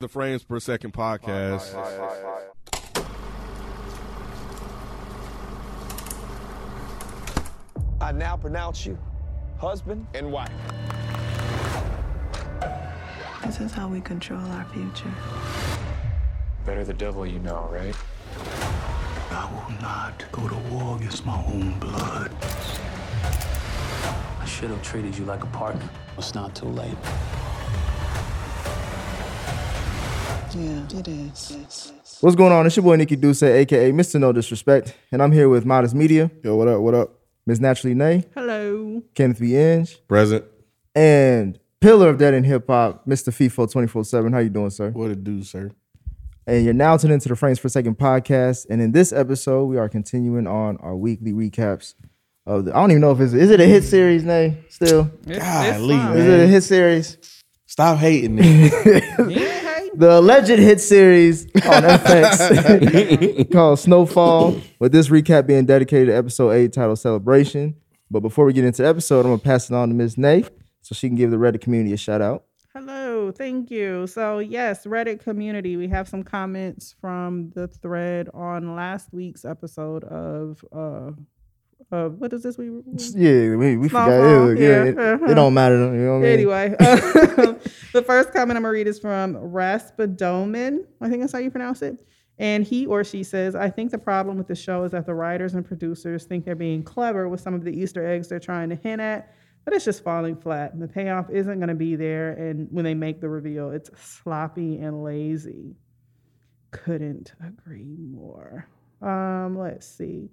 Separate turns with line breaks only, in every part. The Frames Per Second podcast.
I now pronounce you husband and wife.
This is how we control our future.
Better the devil you know, right?
I will not go to war against my own blood.
I should have treated you like a partner.
It's not too late.
Yeah, it is.
What's going on? It's your boy Nikki Duce, aka Mr. No Disrespect, and I'm here with Modest Media,
Yo, what up? What up?
Ms. Naturally Nay,
Hello.
Kenneth B. Inge,
Present.
and Pillar of Dead in Hip Hop, Mr. FIFO 24 7. How you doing, sir?
What it do, sir?
And you're now tuned into the Frames Per Second podcast. And in this episode, we are continuing on our weekly recaps of the. I don't even know if it's. Is it a hit series, Nay? Still?
Golly,
Is it a hit series?
Stop hating me.
the alleged hit series on FX called Snowfall, with this recap being dedicated to episode eight titled Celebration. But before we get into the episode, I'm gonna pass it on to Ms. Nay so she can give the Reddit community a shout out.
Hello. Thank you. So, yes, Reddit community, we have some comments from the thread on last week's episode of uh of what is this we
Yeah, we, we forgot.
Snowfall,
Ew, yeah, it,
yeah,
it don't matter. You know what I mean?
Anyway, uh, the first comment I'm gonna read is from Raspadoman. I think that's how you pronounce it. And he or she says, I think the problem with the show is that the writers and producers think they're being clever with some of the Easter eggs they're trying to hint at, but it's just falling flat. The payoff isn't gonna be there, and when they make the reveal, it's sloppy and lazy. Couldn't agree more. Um, let's see.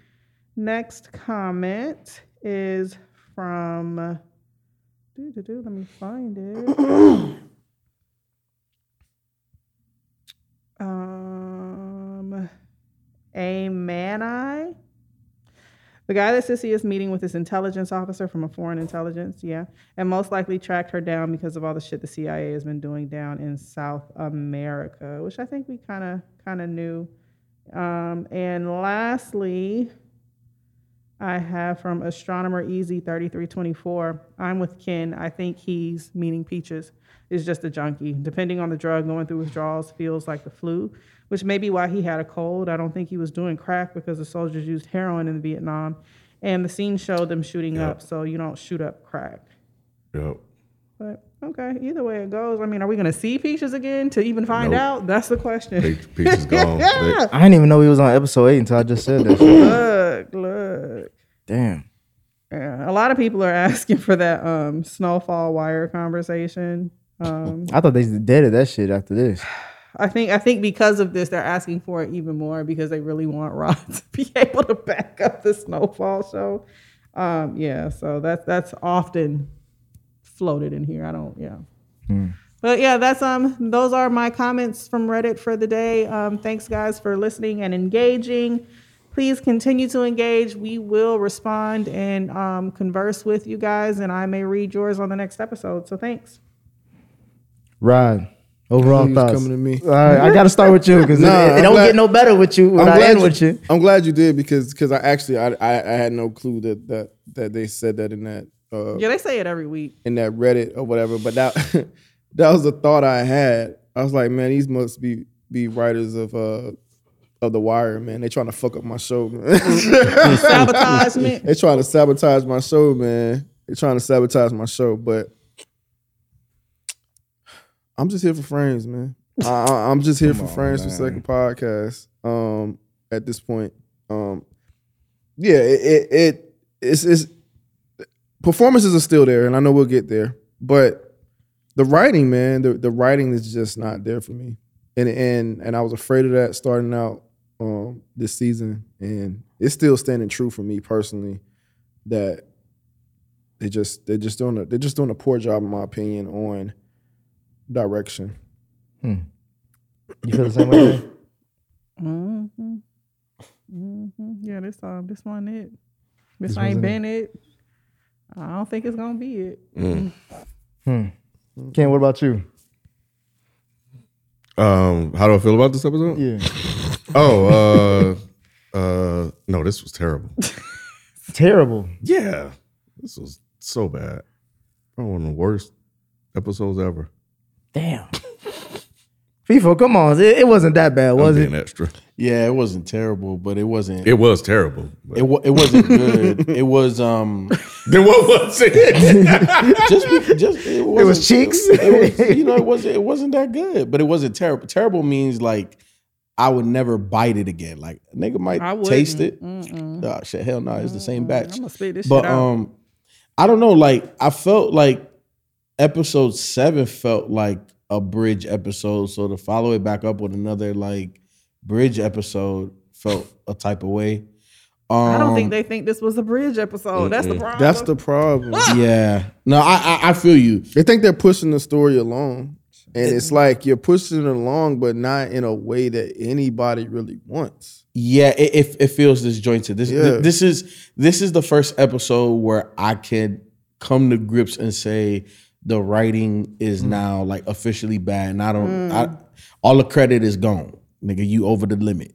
Next comment is from do, do, do. Let me find it. um, a man eye. The guy that Sissy is meeting with is intelligence officer from a foreign intelligence, yeah, and most likely tracked her down because of all the shit the CIA has been doing down in South America, which I think we kind of kind of knew. Um, and lastly, I have from astronomer easy 3324. I'm with Ken. I think he's meaning peaches is just a junkie. Depending on the drug, going through withdrawals feels like the flu, which may be why he had a cold. I don't think he was doing crack because the soldiers used heroin in Vietnam, and the scene showed them shooting up. So you don't shoot up crack.
Yep.
But okay, either way it goes. I mean, are we gonna see peaches again to even find
Nope.
out? That's the question.
Peach, Peach is gone. They-
I didn't even know we was on episode eight until I just said that.
look, look.
Damn.
Yeah, a lot of people are asking for that um, snowfall wire conversation. Um,
I thought they deaded that shit after this.
I think I think because of this, they're asking for it even more because they really want Rod to be able to back up the snowfall show. Um, yeah, so that's that's often floated in here. I don't, yeah. But yeah, that's um those are my comments from Reddit for the day. Um, thanks guys for listening and engaging. Please continue to engage. We will respond and um, converse with you guys, and I may read yours on the next episode. So thanks.
Rod. Overall
you was
thoughts.
coming to me.
All right, I gotta start with you because
Nah,
it, it
I'm
don't
glad-
get no better with you when i end with you.
I'm glad you did because because I actually I, I I had no clue that that that they said that in that uh
Yeah, they say it every week.
in that Reddit or whatever. But that that was the thought I had. I was like, man, these must be be writers of uh of the Wire, man. They trying to fuck up my show, man.
Sabotage me.
they trying to sabotage my show, man. They trying to sabotage my show, but I'm just here for frames, man. I, I, I'm just here for frames for second podcast. Um, at this point, um, yeah, it it, it it's, it's performances are still there, and I know we'll get there, but the writing, man, the the writing is just not there for me, and and and I was afraid of that starting out um this season, and it's still standing true for me personally that they just they're just doing a they're just doing a poor job, in my opinion, on direction.
You feel the same way? man?
Mm-hmm. Mm-hmm. Yeah, this um, this one it. This,
This
ain't
wasn't it.
been it. I don't think it's gonna be it.
Ken, what about you?
Um, how do I feel about this episode?
Yeah.
Oh, uh, uh, no, this was terrible.
Terrible.
Yeah, this was so bad. Probably one of the worst episodes ever.
Damn. FIFO, come on. It, it wasn't that bad, was
I'm
it?
being extra.
Yeah, it wasn't terrible, but it wasn't.
It
It,
was terrible. but-
wa- it wasn't good. it was um
then what was it?
just be- just it, wasn't,
was cheeks?
It, was, you know, it wasn't it wasn't that good, but it wasn't terrible. Terrible means like I would never bite it again. Like a nigga might
I Mm-hmm. would
taste it.
Mm-mm.
Nah, shit, hell no, it's the same
I'm
batch.
gonna spit this
But
shit out.
um, I don't know. Like I felt like episode seven felt like a bridge episode. So to follow it back up with another like bridge episode felt a type of way. Um,
I don't think they think this was a bridge episode. That's the problem.
That's the problem.
Yeah. No, I I, I feel you.
They think they're pushing the story along. And it's like you're pushing it along, but not in a way that anybody really wants.
Yeah, it, it, it feels disjointed. This
Yeah.
this is this is the first episode where I can come to grips and say the writing is
Mm.
now like officially bad, and I don't. I, all the credit is gone, nigga. You over the limit.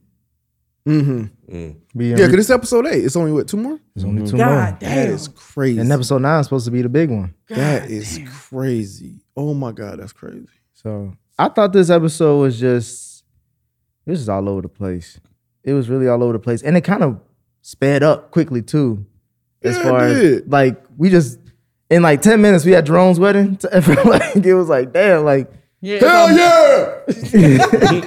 Mm-hmm.
Being
Yeah, because it's episode eight. It's only what two more.
There's only two
God
more.
That
damn.
is crazy.
And episode nine is supposed to be the big one.
that is crazy. Oh my god, that's crazy.
So I thought this episode was just it was just all over the place. It was really all over the place, and it kind of sped up quickly too. As
Yeah, it
far as
did.
like we just in like ten minutes we had Jerome's wedding. like it was like damn, like
Yeah,
Hell yeah!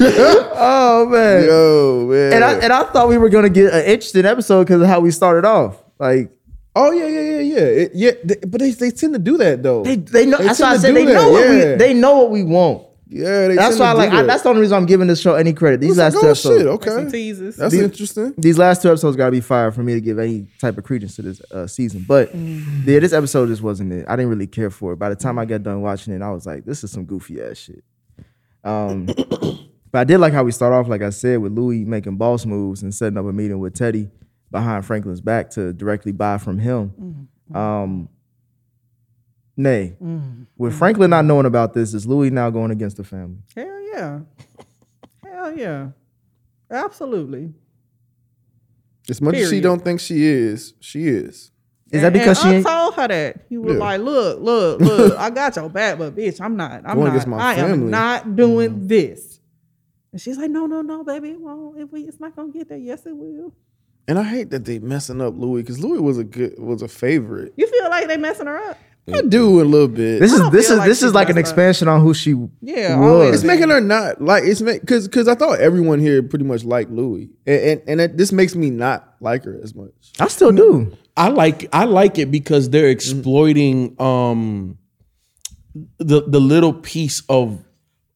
oh man.
Yo, man.
And I and I thought we were gonna get an interesting episode because of how we started off. Like
oh yeah, yeah, yeah, yeah, It- yeah. they- but they, they tend to do that though.
they they know.
They
that's why I
tend to
said
do
they
that,
know what we
yeah.
they know what we want.
yeah, they
That's
tend
why
to
like
do
I,
that.
that's the only reason I'm giving this show any credit. These
It's
last
like,
two
oh,
episodes.
shit,
some
okay,
teases.
that's
These-
interesting.
these last two episodes gotta be fired for me to give any type of credence to this uh, season. But
Mm.
yeah, this episode just wasn't it. I didn't really care for it. By the time I got done watching it, I was like, this is some goofy ass shit. Um, but I did like how we start off, like I said, with Louis making boss moves and setting up a meeting with Teddy behind Franklin's back to directly buy from him.
Mm-hmm.
Um, nay, with Franklin not knowing about this, is Louis now going against the family?
Hell yeah. Hell yeah. Absolutely.
As much as she
Period.
don't think she is, she is.
Is that
And-
because
and
she? ain't-
I told her that he was
Yeah.
like, "Look, look, look! I got your back, but bitch, I'm not. I'm
Going
not.
against my
I am
family.
not doing this." And she's like, "No, no, no, baby, it won't. If we, it's not gonna get there. Yes, it will.
And I hate that they messing up Louis because Louis was a good was a favorite.
You feel like they messing her up?
I do a little bit.
This
I
is
don't
this
feel
is
like
this
she
is like an
messed up.
expansion on who she
Yeah,
was.
always.
It's making her not like it's because because I thought everyone here pretty much liked Louis, and and, and it, this makes me not like her as much.
I still do.
I like I like it because they're exploiting um the the little piece of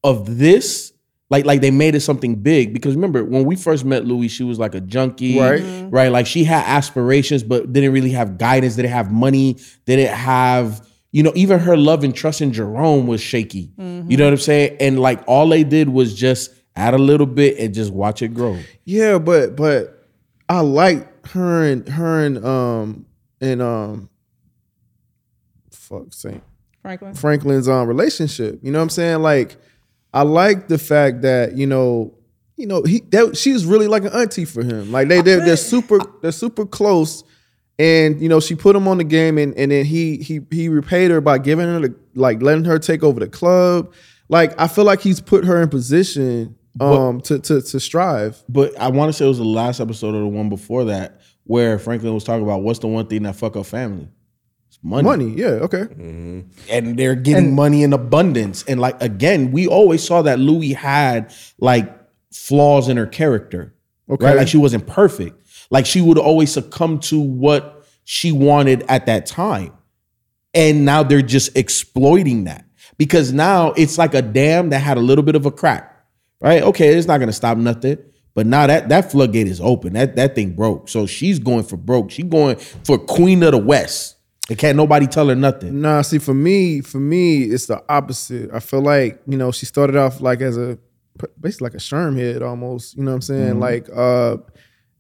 of this like like they made it something big because remember when we first met Louis she was like a junkie
Right.
right like she had aspirations but didn't really have guidance didn't have money didn't have you know even her love and trust in Jerome was shaky you know what I'm saying and like all they did was just add a little bit and just watch it grow
Yeah, but but I like her and her and um and um fuck Saint
Franklin.
Franklin's um relationship. You know what I'm saying? Like I like the fact that you know you know he that she's really like an auntie for him. Like they they're, they're super they're super close. And you know she put him on the game, and, and then he he he repaid her by giving her the, like letting her take over the club. Like I feel like he's put her in position um to to to strive.
but I want to say it was the last episode or the one before that where Franklin was talking about what's the one thing that fuck up family? It's money.
Money, yeah, okay.
And they're getting money in abundance. And like again, we always saw that Louis had like flaws in her character.
Okay.
Right? Like she wasn't perfect. Like she would always succumb to what she wanted at that time. And now they're just exploiting that. Because now it's like a dam that had a little bit of a crack right? Okay, it's not gonna stop nothing. But now that that floodgate is open. That that thing broke. So she's going for broke. She going for queen of the west. And can't nobody tell her nothing.
Nah, see, for me, for me, it's the opposite. I feel like you know she started off like as a basically like a sherm head almost. You know what I'm saying? Like, uh,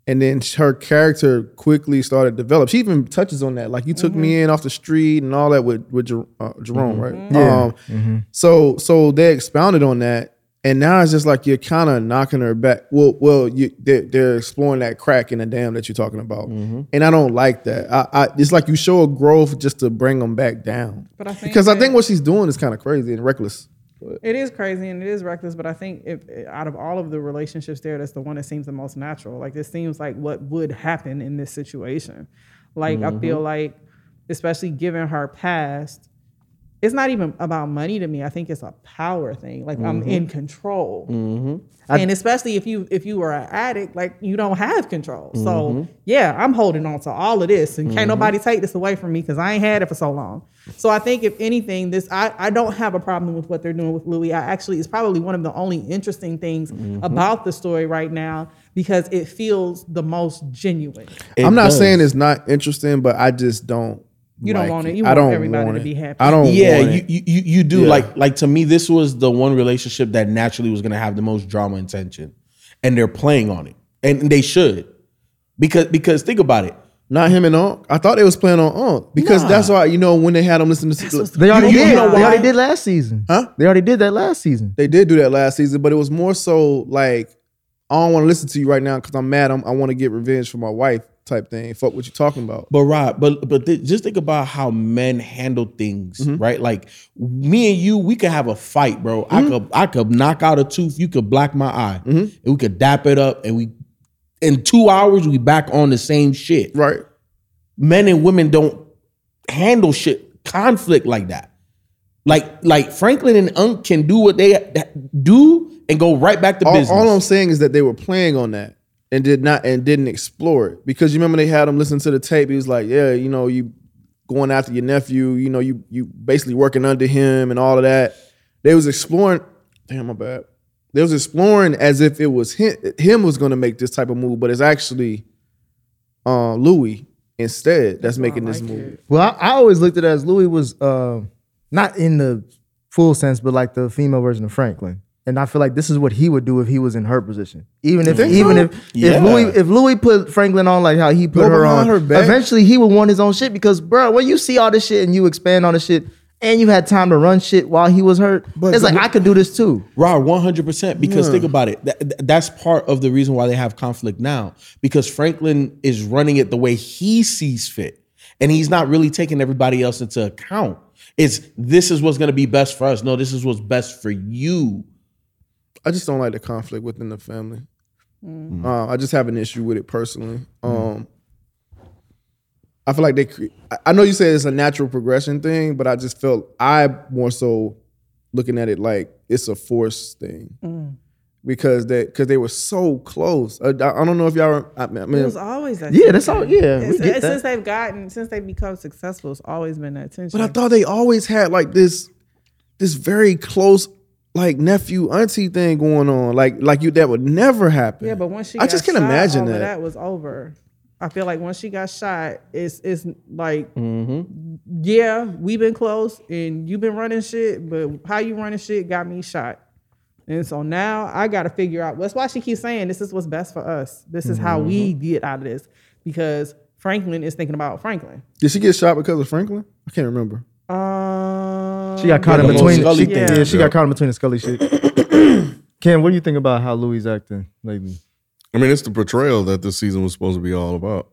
and then her character quickly started to develop. She even touches on that. Like, you took me in off the street and all that with with Jer- uh, Jerome, right? Um, so so they expounded on that. And now it's just like you're kind of knocking her back. Well, well, you, they're, they're exploring that crack in the dam that you're talking about,
Mm-hmm.
and I don't like that. I, I it's like you show a growth just to bring them back down.
But I think
because I
that-
think what she's doing is kind of crazy and reckless.
It is crazy and it is reckless, but I think if out of all of the relationships there, that's the one that seems the most natural. Like this seems like what would happen in this situation. Like I
Mm-hmm.
feel like, especially given her past, it's not even about money to me. I think it's a power thing. Like I'm
Mm-hmm.
in control, and especially if you if you were an addict, like you don't have control.
Mm-hmm.
So yeah, I'm holding on to all of this, and can't nobody take this away from me because I ain't had it for so long. So I think if anything, this I I don't have a problem with what they're doing with Louis. I actually it's probably one of the only interesting things
Mm-hmm.
about the story right now because it feels the most genuine.
I'm not saying it's not interesting, but I just don't.
You don't
like
want it. You
I
want
don't
everybody
want
to
it.
be happy.
I don't.
yeah,
want
you,
it.
you you you do
Yeah.
like like to me. This was the one relationship that naturally was going to have the most drama and tension, and they're playing on it, and they should, because because think about it.
Not him and Unc. I thought they was playing on Unc because
Nah.
that's why you know when they had him listen to.
They already
You
did.
know
they
why?
already did last season.
Huh?
They already did that last season.
They did do that last season, but it was more so like I don't want to listen to you right now because I'm mad. I'm, I want to get revenge for my wife type thing. Fuck what you talking about.
But Rob, but but th- just think about how men handle things,
Mm-hmm.
right? Like me and you, we could have a fight, bro.
Mm-hmm.
I could I could knock out a tooth, you could black my eye, and we could dap it up, and we in two hours we back on the same shit.
Right.
Men and women don't handle shit conflict like that. Like like Franklin and Unc can do what they do and go right back to
All,
business.
all I'm saying is that they were playing on that and did not and didn't explore it because you remember they had him listen to the tape. He was like, "Yeah, you know, you going after your nephew. You know, you you basically working under him and all of that." They was exploring. Damn, my bad. They was exploring as if it was him, him was going to make this type of move, but it's actually uh, Louis instead that's making this move.
Well, I, I always looked at it as Louis was uh, not in the full sense, but like the female version of Franklin. And I feel like this is what he would do if he was in her position. Even if even if
Yeah.
if Louis if Louis put Franklin on like how he put
Go
her on,
behind her back.
eventually he would want his own shit because bro, when you see all this shit and you expand on the shit and you had time to run shit while he was hurt, it's like I could do this too.
Right, one hundred percent. Because think about it, Th- th- that's part of the reason why they have conflict now. Because Franklin is running it the way he sees fit, and he's not really taking everybody else into account. It's this is what's going to be best for us. No, this is what's best for you.
I just don't like the conflict within the family.
Mm.
Mm.
Uh, I just have an issue with it personally. Um, I feel like they. Cre- I- I know you said it's a natural progression thing, but I just felt I more so looking at it like it's a force thing
Mm.
because they because they were so close. I, I don't know if y'all. I mean, I
It
mean,
was always that.
Yeah, that's all. Yeah, we
It's-
get
it's
that.
since they've gotten since they've become successful, it's always been that tension.
but I thought they always had like this this very close like nephew auntie thing going on. Like like you that would never happen.
Yeah, but once she
I
got
just can
shot,
imagine
all of
that.
that was over. I feel like once she got shot, it's it's like
Mm-hmm.
yeah, we've been close and you've been running shit, but how you running shit got me shot. And so now I gotta figure out that's why she keeps saying this is what's best for us. This is how we
Mm-hmm.
get out of this. Because Franklin is thinking about Franklin.
Did she get shot because of Franklin? I can't remember.
Um,
She got caught in
the whole
between.
Scully
she,
thing.
yeah. she
Yeah.
got caught in between the Scully shit. Ken, what do you think about how Louis acting lately?
I mean, it's the portrayal that this season was supposed to be all about.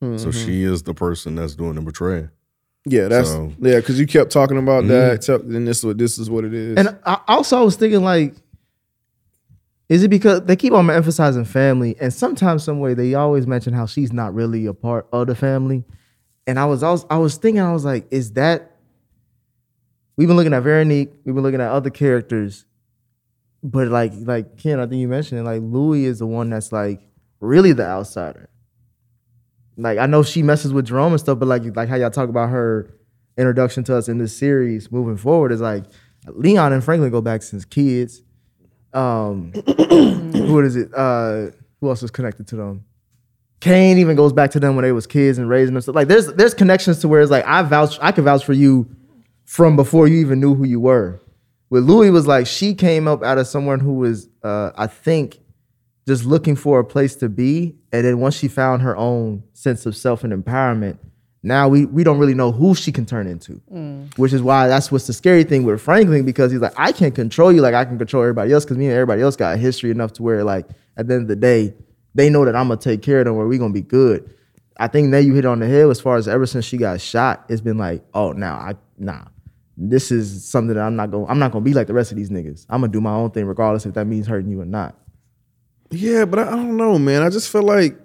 So she is the person that's doing the betrayal.
Yeah, that's
So-
yeah, because you kept talking about that. Tell, then this what this is what it is.
And I also I was thinking like, is it because they keep on emphasizing family, and sometimes, some way, they always mention how she's not really a part of the family. And I was also, I was thinking, I was like, is that? We've been looking at Veronique, we've been looking at other characters, but like like Ken, I think you mentioned it. Like Louis is the one that's like really the outsider. Like I know she messes with Jerome and stuff, but like like how y'all talk about her introduction to us in this series moving forward is like Leon and Franklin go back since kids. Um, what is it? Uh, who else is connected to them? Kane even goes back to them when they was kids and raising them. So like there's there's connections to where it's like I vouch I could vouch for you from before you even knew who you were. With Louis was like she came up out of someone who was uh, I think just looking for a place to be, and then once she found her own sense of self and empowerment, Now we we don't really know who she can turn into, which is why that's what's the scary thing with Franklin because he's like I can't control you like I can control everybody else because me and everybody else got history enough to where like at the end of the day they know that I'm gonna take care of them where we gonna be good. I think now you hit on the head as far as ever since she got shot, it's been like oh now I nah this is something that I'm not going I'm not gonna be like the rest of these niggas. I'm gonna do my own thing regardless if that means hurting you or not.
Yeah, but I, I don't know, man. I just feel like,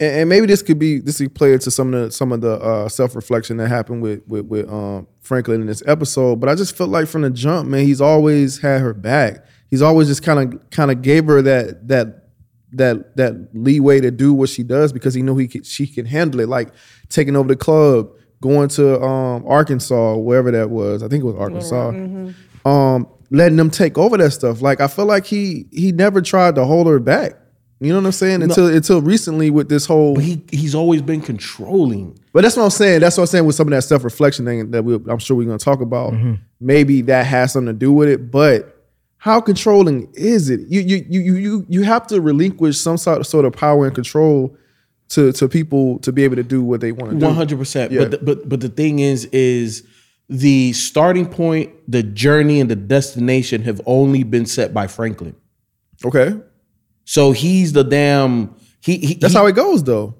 and, and maybe this could be this could play into some of the some of the uh, self reflection that happened with with, with um, Franklin in this episode. But I just felt like from the jump, man, he's always had her back. He's always just kind of kind of gave her that that that that leeway to do what she does because he knew he could, she can handle it. Like taking over the club, going to um, Arkansas, wherever that was. I think it was Arkansas um, letting them take over that stuff. Like I feel like he he never tried to hold her back. You know what I'm saying? Until until recently with this whole.
But he he's always been controlling.
But that's what I'm saying. That's what I'm saying with some of that self reflection thing that we, I'm sure we're gonna talk about.
Mm-hmm.
Maybe that has something to do with it. But how controlling is it? You you you you you you have to relinquish some sort of sort of power and control to to people to be able to do what they want to do.
One hundred percent.
Yeah.
But the, but but the thing is, is the starting point, the journey, and the destination have only been set by Franklin.
Okay,
So he's the damn. He, he
that's
he-
how it goes though.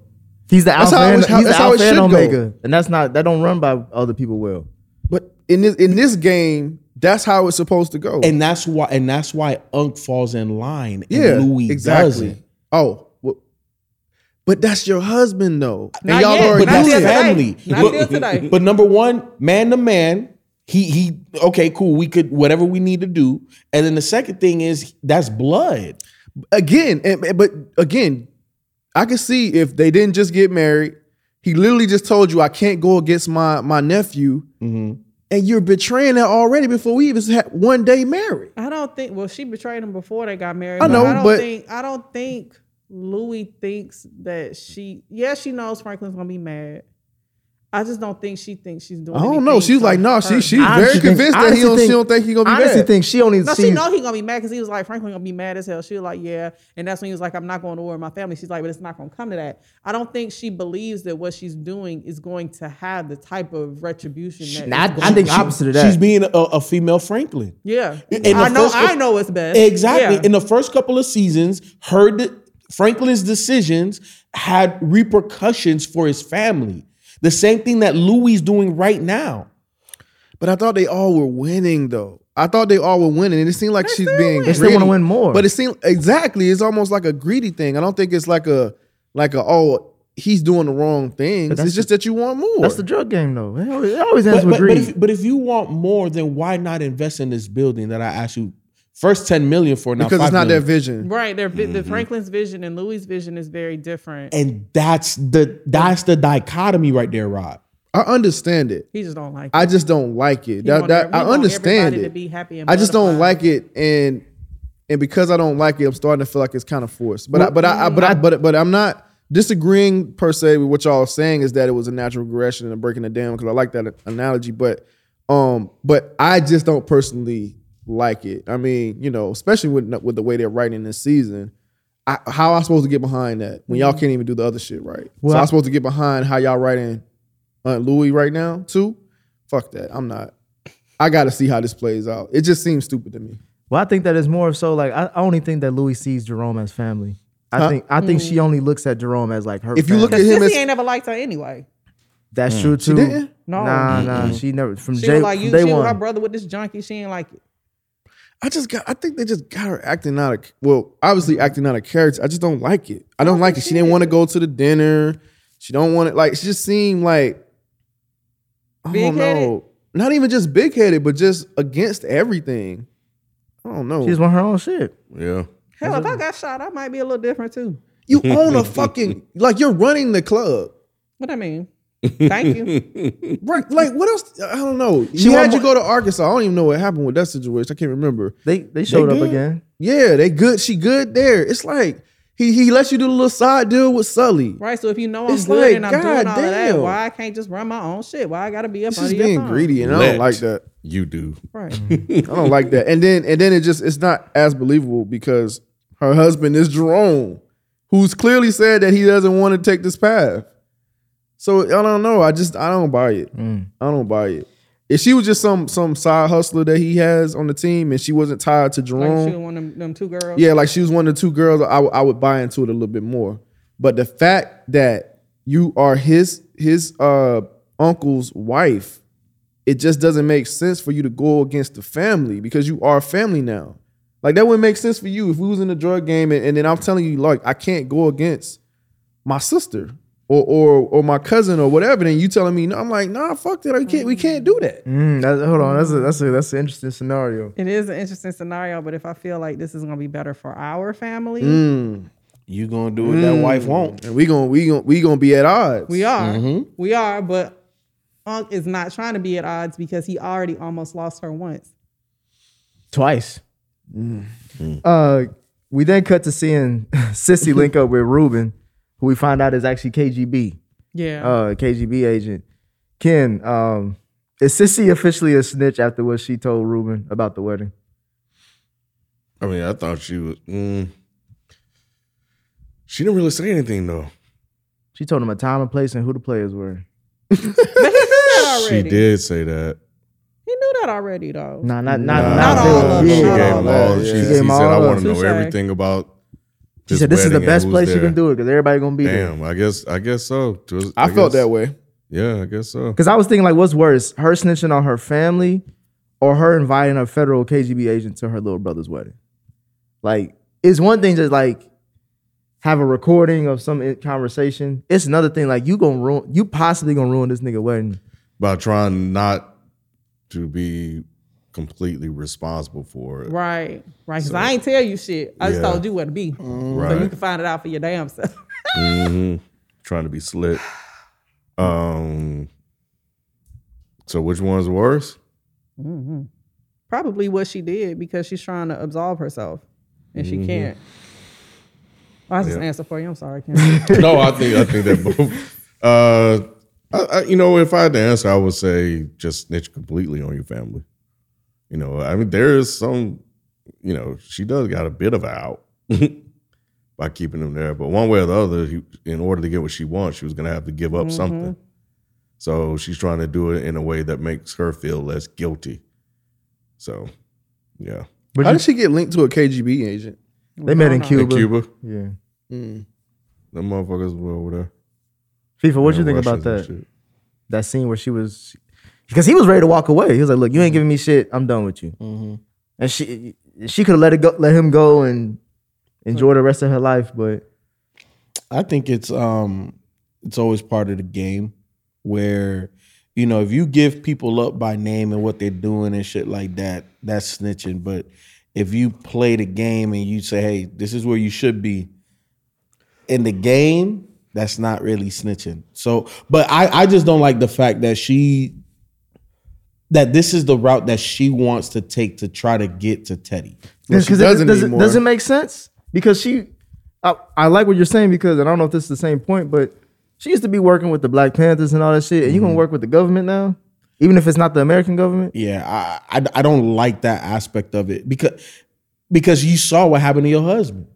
He's the
That's
alpha,
how it-
and,
how-
he's the
that's how it
alpha and
should go.
omega, and that's not that don't run by other people well.
But in this in this game, that's how it's supposed to go.
and that's why and that's why Unc falls in line. And
yeah,
Louis
exactly.
doesn't.
Oh, well, but that's your husband though, and
Not yet.
already
Not
But that's
till
did.
today.
family.
Not till
But,
today.
but number one, man to man, he he okay, cool. We could whatever we need to do. And then the second thing is that's blood.
again. And, and- Eh, but again, I can see if they didn't just get married. He literally just told you I can't go against my my nephew,
Mm-hmm.
and you're betraying that already before we even had one day married.
I don't think. Well, she betrayed him before they got married.
I
but
know,
I don't
but-
think. I don't think Louis thinks that she. Yeah, she knows Franklin's gonna be mad. I just don't think she thinks she's doing.
I don't know.
anything
She's
to
like, nah, she
hurt
she's
him.
I
very
honestly think-
convinced that he
honestly
don't, she
think-
don't think he's gonna be
I honestly
mad.
think she only
No,
sees
she know he gonna be mad because he was like Franklin gonna be mad as hell. She was like, yeah, and that's when he was like, I'm not going to war with my family. She's like, but it's not gonna come to that. I don't think she believes that what she's doing is going to have the type of retribution. That
Nah, I,
is
I
going-
think opposite of that.
She's being a, a female Franklin.
yeah,
In the
I know.
first-
I know it's best.
Exactly.
Yeah.
In the first couple of seasons, her de- Franklin's decisions had repercussions for his family. The same thing that Louis is doing right now.
But I thought they all were winning though. I thought they all were winning, and it seemed like she's being.
They still wanna
greedy.
win more.
But it seemed exactly. It's almost like a greedy thing. I don't think it's like a like a oh he's doing the wrong things.
that's
It's just that you want more.
that's the drug game though. It always, it always ends with
But, but, but,
greed.
if, but if you want more, then why not invest in this building that I asked you first 10 million for now?
because it's
5
not their
million.
vision.
Right, their vi- the Franklin's vision and Louis' vision is very different.
And that's the that's the dichotomy right there, Rob.
I understand it.
he just don't like.
I
it.
just don't like it.
He
That,
want
that-
every-
I
he want
understand
everybody to
it.
be happy and
I just don't
butterfly.
like it, and and because I don't like it, I'm starting to feel like it's kind of forced. But I, but I, I- but I, but but I'm not disagreeing per se with what y'all are saying is that it was a natural regression and a breaking it down because I like that analogy. But um, but I just don't personally like it. I mean, you know, especially with with the way they're writing this season. I, how am I supposed to get behind that when y'all can't even do the other shit right? so
Well,
I'm
I-
supposed to get behind how y'all writing Aunt Louis right now too? Fuck that. I'm not. I gotta see how this plays out. It just seems stupid to me.
well, I think that is more so like I, I only think that Louis sees Jerome as family. I think I think she only looks at Jerome as like her.
If you look
family.
at him
Sissy
as
ain't never liked her anyway.
that's true too.
didn't?
No.
nah, nah, she never from
She
day,
was like,
from
you,
day
she was her
one.
brother with this junkie. She ain't like it.
I just got I think they just got her acting out of well, obviously acting out of character. I just don't like it. I don't like it. She didn't want to go to the dinner. She don't want it. Like she just seemed like I don't
Big-headed?
know. Not even just big headed, but just against everything. I don't know.
She just want her own shit.
Yeah.
Hell, if I got shot, I might be a little different too.
you own a fucking like you're running the club.
What I mean? Thank you.
Right. Like what else? I don't know. She
She
had
want
you
more-
go to Arkansas. I don't even know what happened with that situation. I can't remember.
They they showed up
good.
again.
Yeah, they good. She good there. It's like he he lets you do the little side deal with Sully.
Right. So if you know I'm
It's
good
like,
and I'm doing all of that,
goddamn.
why I can't just run my own shit? Why I gotta be up
It's
under
just
your
being
thumb?
greedy, Mm-hmm. and I
Let.
don't like that.
You do.
Right.
I don't like that. And then and then it just it's not as believable because her husband is Jerome, who's clearly said that he doesn't want to take this path. So I don't know. I just I don't buy it.
Mm.
I don't buy it. If she was just some some side hustler that he has on the team, and she wasn't tied to Jerome,
Like she one of them, them two girls.
yeah, like she was one of the two girls, I, w- I would buy into it a little bit more. But the fact that you are his his uh uncle's wife, it just doesn't make sense for you to go against the family because you are family now. Like that wouldn't make sense for you if we was in the drug game and, and then I'm telling you, like, I can't go against my sister or or or my cousin or whatever, then you telling me no, I'm like, nah, fuck that. I can't we can't do that.
Mm, that, hold on, that's a, that's a, that's an interesting scenario.
It is an interesting scenario, but if I feel like this is gonna be better for our family,
You gonna do what that wife won't.
And we gonna we gonna we gonna be at odds.
we are,
Mm-hmm.
we are. But Unc is not trying to be at odds because he already almost lost her once.
Twice.
Uh, we then cut to seeing Sissy link up with Ruben, who we find out is actually KGB,
Yeah,
uh, KGB agent. Ken, um, is Sissy officially a snitch after what she told Ruben about the wedding?
I mean, I thought she was. Mm, she didn't really say anything though.
She told him a time and place and who the players were.
She
already.
did say that.
He knew that already though.
Nah, not not
Nah.
not,
Not all of them.
Yeah.
She
Not
gave
all
him
that,
all. She,
yeah.
she
Gave
said,
him
"I
all
want
up.
to know
Touche.
everything about."
She said this is the
wedding and
best
who's
place you
there."
can do it because everybody gonna be there.
Damn, I guess I guess so. To-
I, felt
guess-
that way.
Yeah, I guess so.
Because I was thinking like, what's worse, her snitching on her family, or her inviting a federal KGB E agent to her little brother's wedding? Like, it's one thing to like have a recording of some i- conversation. It's another thing like you gonna ruin, you possibly gonna ruin this nigga wedding.
By trying not to be completely responsible for it.
Right, right. Because I ain't tell you shit. I just
Yeah.
told you where to be, so you
Mm-hmm.
Right.
can find it out for your damn self.
Mhm. Trying to be slick. Um. So which one's worse?
Probably what she did because she's trying to absolve herself, and
Mm-hmm.
she can't. Oh, I just answered for you. I'm sorry, Ken.
no, I think I think that both. Uh, I, I, you know, if I had to answer, I would say just snitch completely on your family. You know, I mean, there is some. You know, she does got a bit of a out by keeping him there, but one way or the other, he, in order to get what she wants, she was going to have to give up something. So she's trying to do it in a way that makes her feel less guilty. So, yeah,
How did she get linked to a KGB agent?
They met
In
in Cuba.
Cuba,
Yeah.
them motherfuckers were over there.
FIFA, what you
Yeah,
think about
Russians and
that?
shit.
That scene where she was, because he was ready to walk away. He was like, "Look, you ain't giving me shit. I'm done with you."
Mm-hmm.
And she she could have let it go, let him go and enjoy the rest of her life, but.
I think it's um it's always part of the game where you know if you give people up by name and what they're doing and shit like that, that's snitching. But if you play the game and you say, "Hey, this is where you should be," in the game, that's not really snitching. So, but I I just don't like the fact that she that this is the route that she wants to take to try to get to Teddy.
Well, she
Because
doesn't
it, does, it,
anymore.
does it make sense? Because she, I, I like what you're saying because and I don't know if this is the same point, but she used to be working with the Black Panthers and all that shit, and you gonna work with the government now, even if it's not the American government.
Yeah, I, I I don't like that aspect of it because because you saw what happened to your husband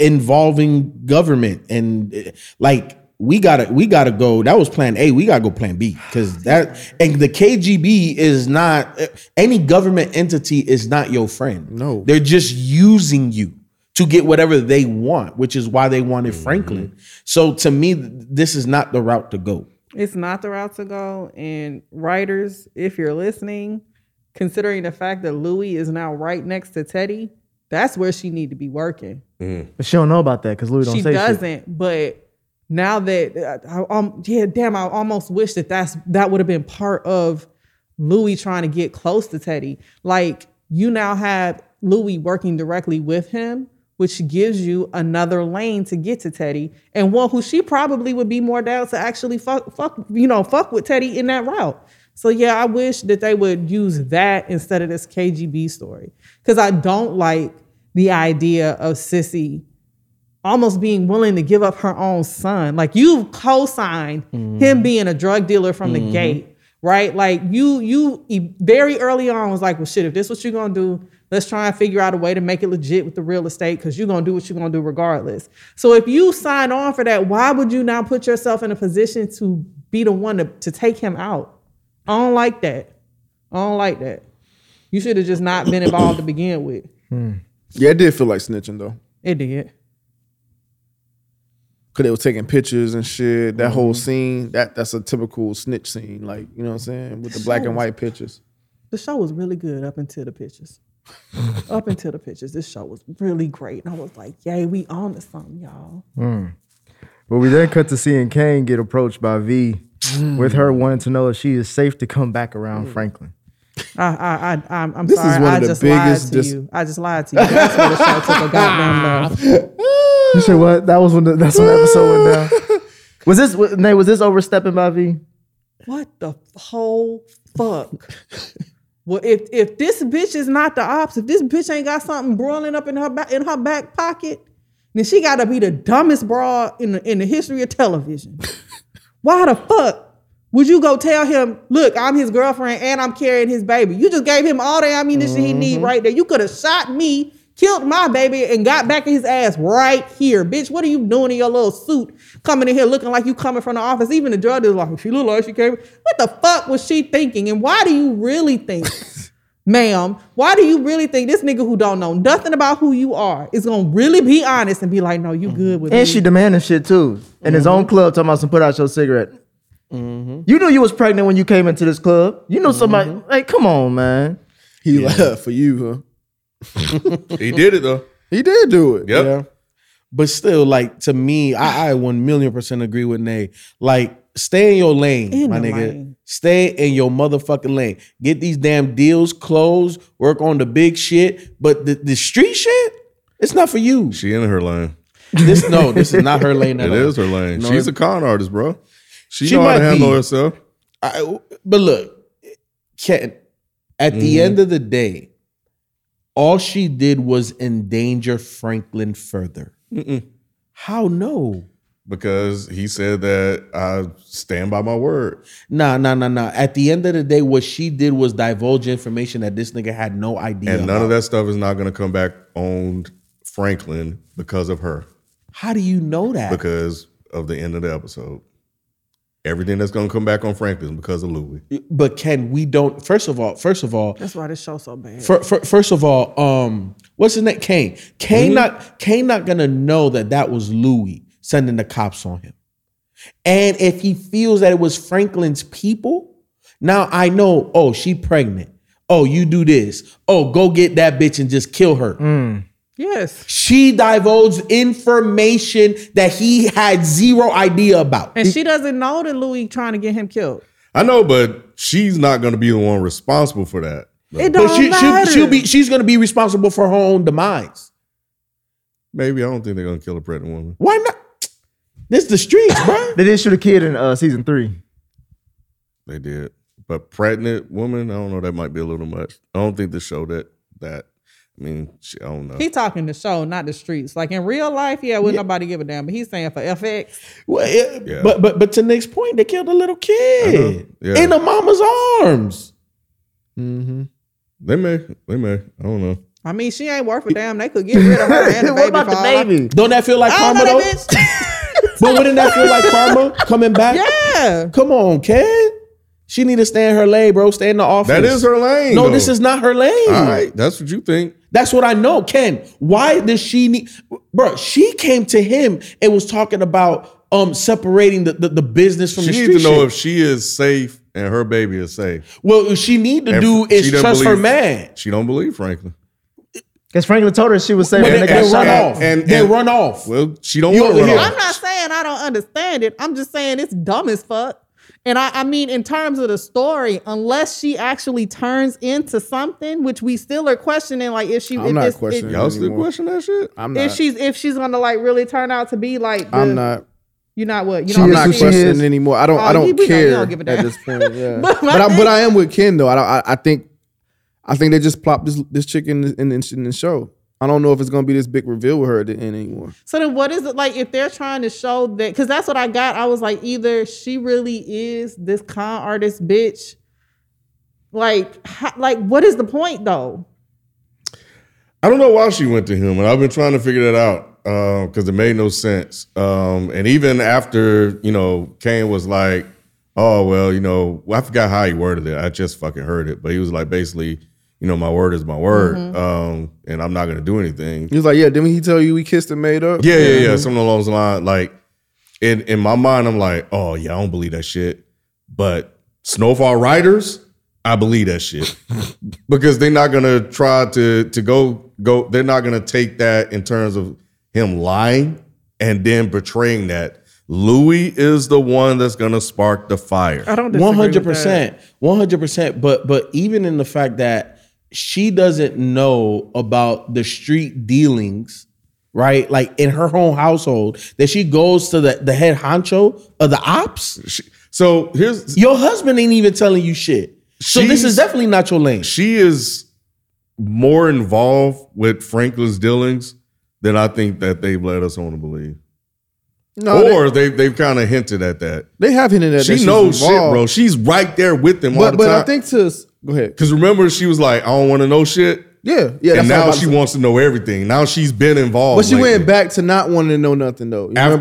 involving government and eh, like we gotta we gotta go. That was Plan A. We gotta go Plan B because that and the KGB is not eh, any government entity is not your friend.
No.
they're just using you to get whatever they want, which is why they wanted
Mm-hmm.
Franklin. So to me, th- this is not the route to go.
It's not the route to go. And writers, if you're listening, considering the fact that Louis is now right next to Teddy, that's where she need to be working.
But she don't know about that because Louis don't
she
say shit.
doesn't, but now that I, I- um, yeah, damn, I almost wish that that's that would have been part of Louis trying to get close to Teddy. Like you now have Louis working directly with him, which gives you another lane to get to Teddy, and one who she probably would be more down to actually fuck, fuck, you know, fuck with Teddy in that route. So yeah, I wish that they would use that instead of this KGB story because I don't like the idea of Sissy almost being willing to give up her own son. Like you've co-signed him being a drug dealer from the gate, right? Like you, you e- very early on was like, well, shit, if this what you're gonna do, Let's try and figure out a way to make it legit with the real estate because you're gonna do what you're gonna do regardless. So if you sign on for that, why would you now put yourself in a position to be the one to, to take him out? I don't like that. I don't like that. You should have just not been involved to begin with.
Yeah, it did feel like snitching though.
It did.
Cause they were taking pictures and shit. That
Mm-hmm.
whole scene, that that's a typical snitch scene, like you know what I'm saying, with the black and white pictures.
The show was really good up until the pictures. up until the pictures, this show was really great, and I was like, "Yay, we on to something, y'all."
Mm. But we then cut to seeing Kane get approached by V, with her wanting to know if she is safe to come back around Franklin.
I, I, I, I'm, I'm
This is
sorry.
one
I
of the
just
biggest
lied to
dis-
you. I just lied to you. That's where the show took a goddamn left.
You said what? That was when the, that's when the episode went down. Was this wa- Nate? Was this overstepping by V?
What the whole fuck? well, if if this bitch is not the ops, if this bitch ain't got something broiling up in her back in her back pocket, then she gotta be the dumbest broad in the in the history of television. Why the fuck would you go tell him, look, I'm his girlfriend and I'm carrying his baby? You just gave him all the ammunition he need
Mm-hmm.
right there. You could have shot me, killed my baby, and got back in his ass right here. Bitch, what are you doing in your little suit coming in here looking like you coming from the office? Even the drug dealer's like, she look like she came. What the fuck was she thinking? And why do you really think, ma'am, why do you really think this nigga who don't know nothing about who you are is gonna really be honest and be like, no, you good with
Mm-hmm.
me?
And she
Mm-hmm.
demanding shit too. In his own club, talking about some put out your cigarette.
Mm-hmm.
You knew you was pregnant when you came into this club. You know somebody. Like, come on, man.
He left for you,
huh?
he did it though.
He did do it.
Yep.
Yeah. But still, like to me, I, I one million percent agree with Nay. Like, stay in your lane,
In
my
the
nigga. Stay in your motherfucking lane. Get these damn deals closed. Work on the big shit. But the, the street shit, it's not for you.
She in her lane.
This no, this is not her lane at
It
all.
is her lane.
No,
She's
it-
a con artist, bro. She, know how to
might
handle
be.
herself.
I, but look, Ken, at the
Mhm.
end of the day, all she did was endanger Franklin further. How no?
Because he said that I stand by my word.
Nah, nah, nah, nah. At the end of the day, what she did was divulge information that this nigga had no idea.
and none of
about.
that stuff is not going to come back on Franklin because of her,
How do you know that?
because of the end of the episode. Everything that's going to come back on Franklin because of Louis.
but Ken, we don't. First of all, first of all,
That's why this show so bad.
fir- fir- first of all, um, what's his name? Kane. Kane
Mhm.
not Kane not gonna know that that was Louis sending the cops on him. And if he feels that it was Franklin's people, now I know. Oh, she pregnant. Oh, you do this. Oh, go get that bitch and just kill her.
Mm. yes.
She divulged information that he had zero idea about.
And she doesn't know that Louis trying to get him killed.
I know, but she's not going to be the one responsible for that.
It
But
don't
she,
matter.
she, she'll be, she's going to be responsible for her own demise.
Maybe I don't think they're going to kill a pregnant woman.
Why not? This the streets, bro.
they did shoot a kid in uh, season three.
They did. But pregnant woman, I don't know. That might be a little much. I don't think the show that that. I mean, she, I don't know.
He talking the show, not the streets. Like in real life, yeah, wouldn't nobody give a damn. But he's saying for FX,
Well, it-
Yeah. Uh-huh.
But but but to Nick's point, they killed a little kid
Yeah.
in a mama's arms.
They may. They may. I don't know.
I mean, she ain't worth a damn. They could get rid of her and the baby. for all I-
Don't that feel like
I
karma
don't know
though?
that bitch.
But wouldn't that feel like karma coming back?
Yeah.
Come on, kid. She need to stay in her lane, bro. Stay in the office.
That is her lane.
No,
though.
this is not her lane.
All right, that's what you think.
That's what I know, Ken. Why does she need, bro? She came to him and was talking about um separating the the, the business from
She
the
needs
street.
to know
shit.
if she is safe and her baby is safe.
well, she need to
And
do
she
is
don't
trust her
believe-
man.
She don't believe Franklin.
Because Franklin told her she was safe.
When
and
they,
they got
they
shot
run
at.
off, they run off.
Well, she don't
You
want to
over
run
here.
off.
I'm not saying I don't understand it. I'm just saying it's dumb as fuck. And I, I mean, in terms of the story, unless she actually turns into something, which we still are questioning, like if she,
I'm
if
not
this-
questioning
if-
Y'all still
anymore.
question that shit?
I'm
if
not.
she's if she's gonna like really turn out to be like, the-
I'm not.
You're not what? You
I'm
know
not
what
questioning anymore. I don't.
Oh,
I
we-
don't
we know you
care
don't give a
at
damn.
this point. Yeah.
But
but
my
I,
thing-
but I am with Ken though. I don't. I, I think. I think they just plopped this this chick in the, in, the, in the show. I don't know if it's gonna be this big reveal with her at the end anymore.
So then, what is it like if they're trying to show that? Because that's what I got. I was like, either she really is this con artist bitch. Like, how, like, what is the point though?
I don't know why she went to him, and I've been trying to figure that out because it made no sense. Um, and even after you know, Kane was like, "Oh well, you know, well, I forgot how he worded it. I just fucking heard it, but he was like, basically, you know, my word is my word,
Mhm.
um, and I'm not gonna do anything."
He was like, yeah. Didn't he tell you we kissed and made up?
Yeah, yeah, yeah. Something along those lines. Like in in my mind, I'm like, oh yeah, I don't believe that shit. But Snowfall Riders, I believe that shit because they're not gonna try to to go go. They're not gonna take that in terms of him lying and then betraying that. Louis is the one that's gonna spark the fire.
I don't
One hundred percent, one hundred percent. But but even in the fact that she doesn't know about the street dealings, right? Like in her own household, that she goes to the, the head honcho of the ops.
So here's
your husband ain't even telling you shit. So this is
She's-
definitely not your lane.
She is more involved with Franklin's dealings than I think that they've led us on to believe.
No,
or they, they have kind of hinted at that.
They have hinted at
she
that she's
knows shit,
involved.
bro. She's right there with them all
But
the
but
time.
I think to go ahead.
because remember she was like, I don't want to know shit.
Yeah, yeah.
and
that's what I'm
now
about to
she
say.
wants to know everything. Now she's been involved.
But she
lately.
went back to not wanting to know nothing though. You remember?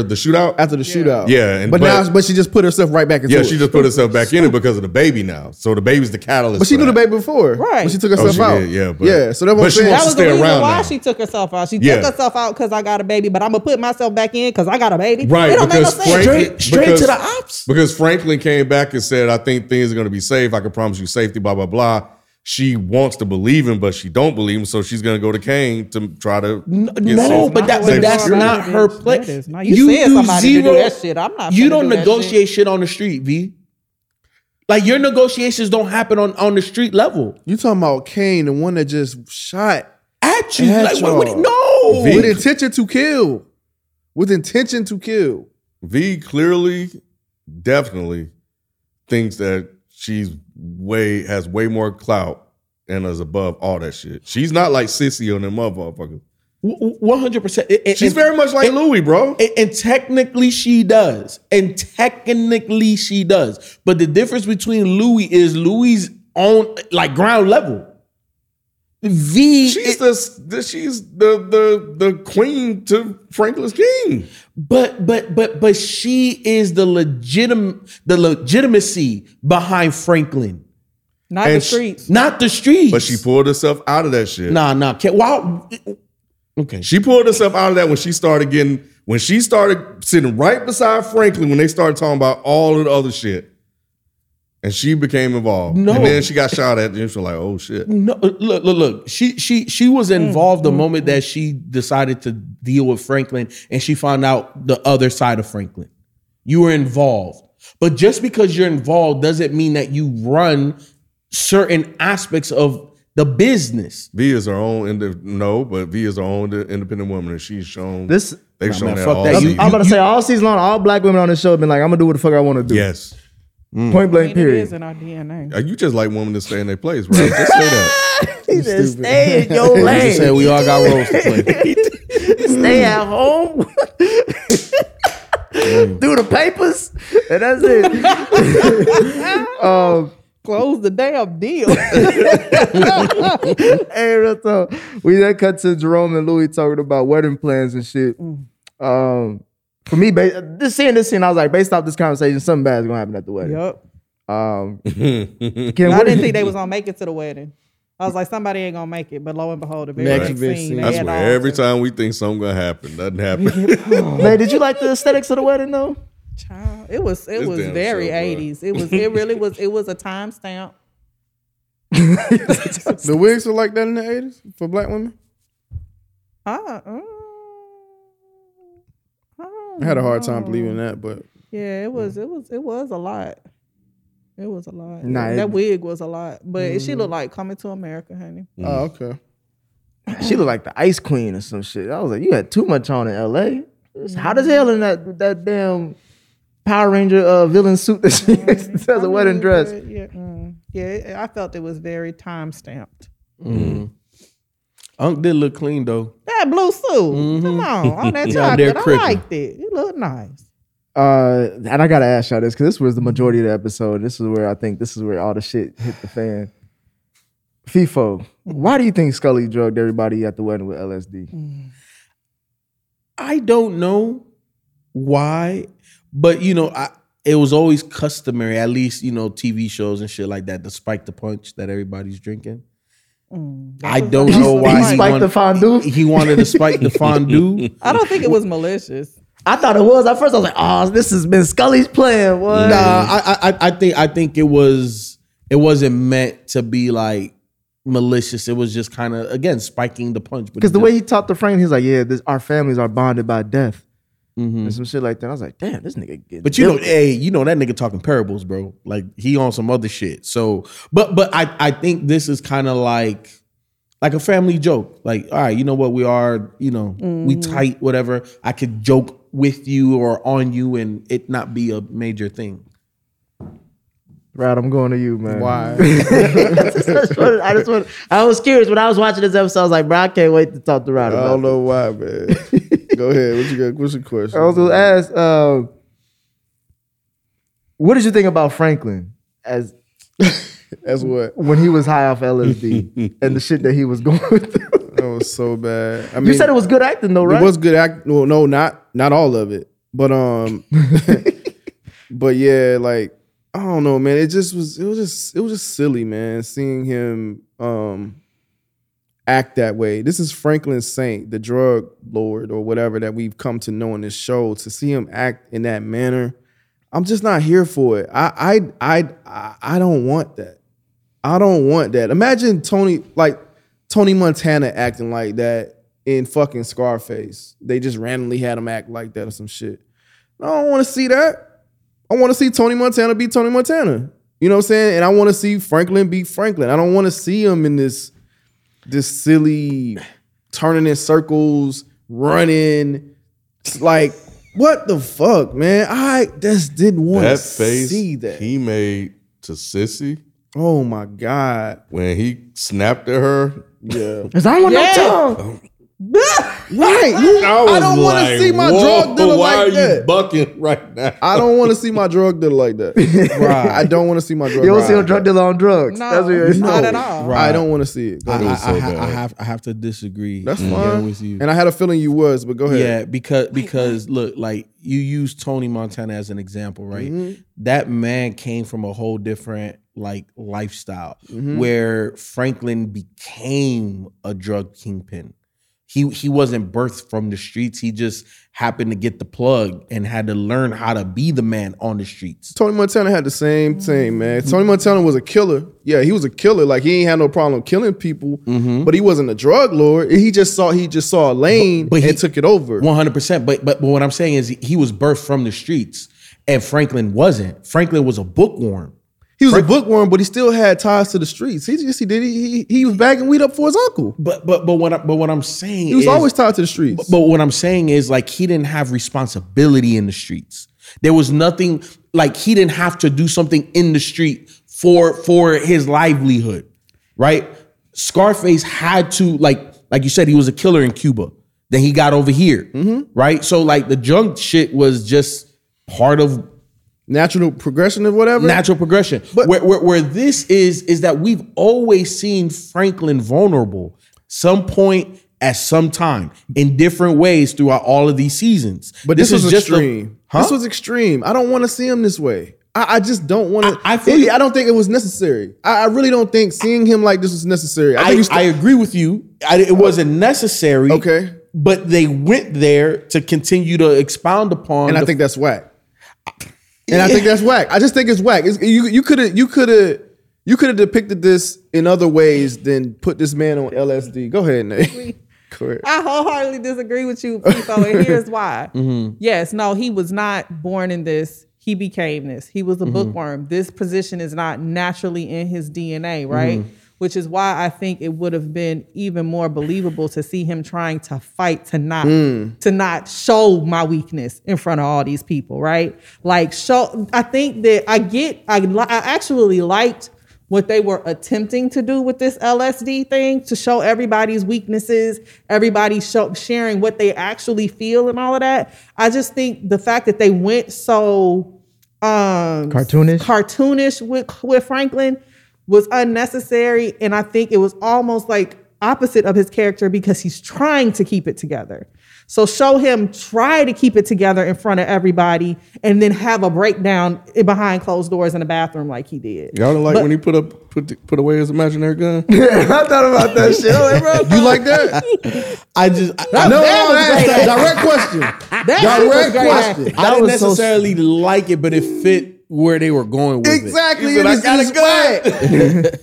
after the shootout.
After the shootout.
Yeah, and-
but,
but-
now but she just put herself right back into
Yeah,
it.
she just put herself back in it because of the baby now. So the baby's the catalyst.
But she
for
knew the
that.
baby before.
Right.
But she took
Oh,
herself
she
out.
did, yeah, but-
yeah. So that's what
but
I'm
she
saying.
wants to
was
stay
the reason
around
why
now.
why she took herself out. She
Yeah.
took herself out because I got a baby, but I'm gonna put myself back in because I got a baby.
Right,
It don't make no
because
sense.
Franklin, because-
ops.
Because Franklin came back and said, "I think things are going to be safe. I can promise you safety." Blah blah blah. She wants to believe him, but she don't believe him, so she's going to go to Kane to try to. get
no,
safe-
but that
safe-
but that's not her play.
You said somebody to do that shit. I'm not
You
finna
don't
do that
negotiate shit. on the street, V. Like your negotiations don't happen on on the street level.
You talking about Kane, the one that just shot
at you? Like, what- what-
y'all.
no. Vic.
with intention to kill, with intention to kill.
V clearly, definitely thinks that she's way has way more clout and is above all that shit. She's not like Sissy on them motherfucker.
One hundred percent.
She's very much like Louis, bro.
And, and technically, she does. And technically, she does. But the difference between Louis is Louis on like ground level. V.
She's the, the she's the the the queen to Franklin's king.
But but but but she is the legitim the legitimacy behind Franklin.
Not
And the she- streets.
Not the streets.
But she pulled herself out of that shit.
Nah, nah. Can, wow. Okay.
She pulled herself out of that when she started getting when she started sitting right beside Franklin when they started talking about all of the other shit. And she became involved.
No.
And then she got shot at and she was like, oh shit.
No, look, look, look. She she she was
Mm,
involved the moment that she decided to deal with Franklin and she found out the other side of Franklin. You were involved. But just because you're involved doesn't mean that you run certain aspects of the business.
V is her own indi- no, but V is her own indi- independent woman, and she's shown
This-
They've shown that all
I'm
season.
about to say all season long, all black women on this show have been like, I'm gonna do what the fuck I want to do.
Yes. Mm.
Point blank.
It
period.
is in our DNA.
Uh, You just like women to stay in their place, right? Just say that.
He said, stay in your
You
lane.
just said we all got roles to
stay at home. Do the papers, and that's it. um,
Close the damn deal.
hey, real talk. We then cut to Jerome and Louis talking about wedding plans and shit. Um, for me, ba- this seeing this scene, I was like, based off this conversation, something bad is gonna happen at the wedding.
Yup.
Um,
No,
Ken,
I
what-
didn't think they was gonna make it to the wedding. I was like, somebody ain't gonna make it. But lo and behold, the very next, scene, they
That's
had
where
all-
every time we think something gonna happen, doesn't happen.
Man, did you like the aesthetics of the wedding though?
It was it
This
was
damn
very
show, bruh.
eighties. It was it really was it was a timestamp.
The wigs were like that in the eighties for black women.
Ah, uh,
I had a hard time believing that, but
yeah, it was it was it was a lot. It was a lot.
Nah,
that
it-
wig was a lot, but she
Mhm.
looked like coming to America, honey.
oh okay.
She looked like the ice queen or some shit. I was like, you had too much on in L.A. It's hot as hell in that that damn Power Ranger uh, villain suit that she has a wedding dress.
But yeah, mm, yeah, it- I felt it was very time stamped.
Unc did look clean though.
That blue suit,
Mm-hmm.
come on, all that
He out there
chocolate, I
cricking.
liked it. It looked nice.
Uh, and I gotta ask y'all this because this was the majority of the episode. This is where I think this is where all the shit hit the fan. FIFO, why do you think Scully drugged everybody at the wedding with LSD?
I don't know why, but you know, I, it was always customary, at least you know, TV shows and shit like that, to spike the punch that everybody's drinking.
Mm,
I don't
He-
know
he
why
spiked the
fondue. He wanted to spike the fondue.
I don't think it was malicious.
I thought it was. At first, I was like, "Oh, this has been Scully's plan." What?
Nah, I, I- I I think I think it was it wasn't meant to be like malicious. It was just kind of again spiking the punch. but
Because
it
the
just-
way he talked to Frank, he's like, "Yeah, this, our families are bonded by death," and some shit like that. I was like, "Damn, this nigga." Getting
But you know,
built."
hey, you know that nigga talking parables, bro. Like he on some other shit. So, but but I I think this is kind of like like a family joke. Like, all right, you know what we are, you know, we
Mm.
tight, whatever. I could joke with you or on you, and it not be a major thing.
Rod, I'm going to you, man.
Why?
I just want. I was curious when I was watching this episode. I was like, "Bro, I can't wait to talk to Rod."
I
About
don't know why, man. Go ahead. What you got? What's your question?
I was gonna ask, uh, what did you think about Franklin as
as what
when he was high off LSD and the shit that he was going through?
That was so bad. I mean,
you said it was good acting though, right?
It was good act. Well, no, not not all of it, but um, but yeah, like I don't know, man. It just was. It was just. It was just silly, man. Seeing him um act that way. This is Franklin Saint, the drug lord or whatever that we've come to know on this show. To see him act in that manner, I'm just not here for it. I I I I, I don't want that. I don't want that. Imagine Tony like Tony Montana acting like that in fucking Scarface. They just randomly had him act like that or some shit. I don't want to see that. I want to see Tony Montana be Tony Montana. You know what I'm saying? And I want to see Franklin be Franklin. I don't want to see him in this this silly turning in circles, running. It's like what the fuck, man? I just didn't want to
that face
see that.
he made to Sissy
Oh my god.
when he snapped at her.
Yeah.
Cause I don't want
Yeah.
no tongue.
Right. You- I, don't want to see my drug dealer
why
like
are
that.
you bucking right now?
I don't want to see my drug dealer like that. I don't want to see my drug
You
dealer.
don't see a drug dealer on drugs.
No,
That's what you're
not at all.
I don't want to see it. Go
I,
ahead.
I- I ha- I have I have to disagree.
That's
and get
fine.
with you.
And I had a feeling you was, but go ahead.
Yeah, because because look, like you use Tony Montana as an example, right?
Mhm.
That man came from a whole different like lifestyle
Mhm.
where Franklin became a drug kingpin. He he wasn't birthed from the streets. He just happened to get the plug and had to learn how to be the man on the streets.
Tony Montana had the same thing, man. Tony Montana was a killer. Yeah, he was a killer. Like he ain't had no problem killing people,
Mm-hmm.
but he wasn't a drug lord. He just saw he just saw a lane
but he-
and took it over.
One hundred percent. But but but what I'm saying is he was birthed from the streets, and Franklin wasn't. Franklin was a bookworm.
He was a bookworm, but he still had ties to the streets. He just he did he he, he was bagging weed up for his uncle.
But but but what I, but what I'm saying
He was
is-
always tied to the streets.
But what I'm saying is like he didn't have responsibility in the streets. There was nothing like he didn't have to do something in the street for for his livelihood, right? Scarface had to like like you said he was a killer in Cuba. Then he got over here, right? So like the junk shit was just part of
natural progression of whatever.
natural progression. But where, where, where this is is that we've always seen Franklin vulnerable, some point at some time in different ways throughout all of these seasons.
But this, was
is a-
extreme.
huh?
This was extreme. I don't want to see him this way. I, I just don't want to. I,
feel you.
I don't think it was necessary. I, I really don't think seeing him like this was necessary.
I,
think
I agree with you. I, it wasn't necessary.
Okay.
But they went there to continue to expound upon.
And I
the-
think that's whack. And I think that's whack. I just think it's whack. It's, you you could have you could have you could have depicted this in other ways than put this man on LSD. Go ahead, Nate. Go ahead.
I wholeheartedly disagree with you, Pico, and here's why. Yes, no, he was not born in this. He became this. He was a
Mhm.
bookworm. This position is not naturally in his DNA, right?
Mhm.
Which is why I think it would have been even more believable to see him trying to fight to not
Mm.
to not show my weakness in front of all these people, right? Like show I think that I get I li- I actually liked what they were attempting to do with this LSD thing to show everybody's weaknesses, everybody show, sharing what they actually feel and all of that. I just think the fact that they went so um
Cartoonish?
cartoonish with with Franklin was unnecessary. And I think it was almost like opposite of his character because he's trying to keep it together. So show him try to keep it together in front of everybody and then have a breakdown behind closed doors in the bathroom like he did.
Y'all didn't like
But-
when he put up put put away his imaginary gun.
I thought about that shit. I'm like, bro,
you like that?
I just I,
That-
no,
that was
I asked
great.
that. direct question.
That shit was
direct
great.
question.
That
I didn't
was so-
necessarily like it, but it fit where they were going with
Exactly.
it.
and
He
it's
said, I
just whack.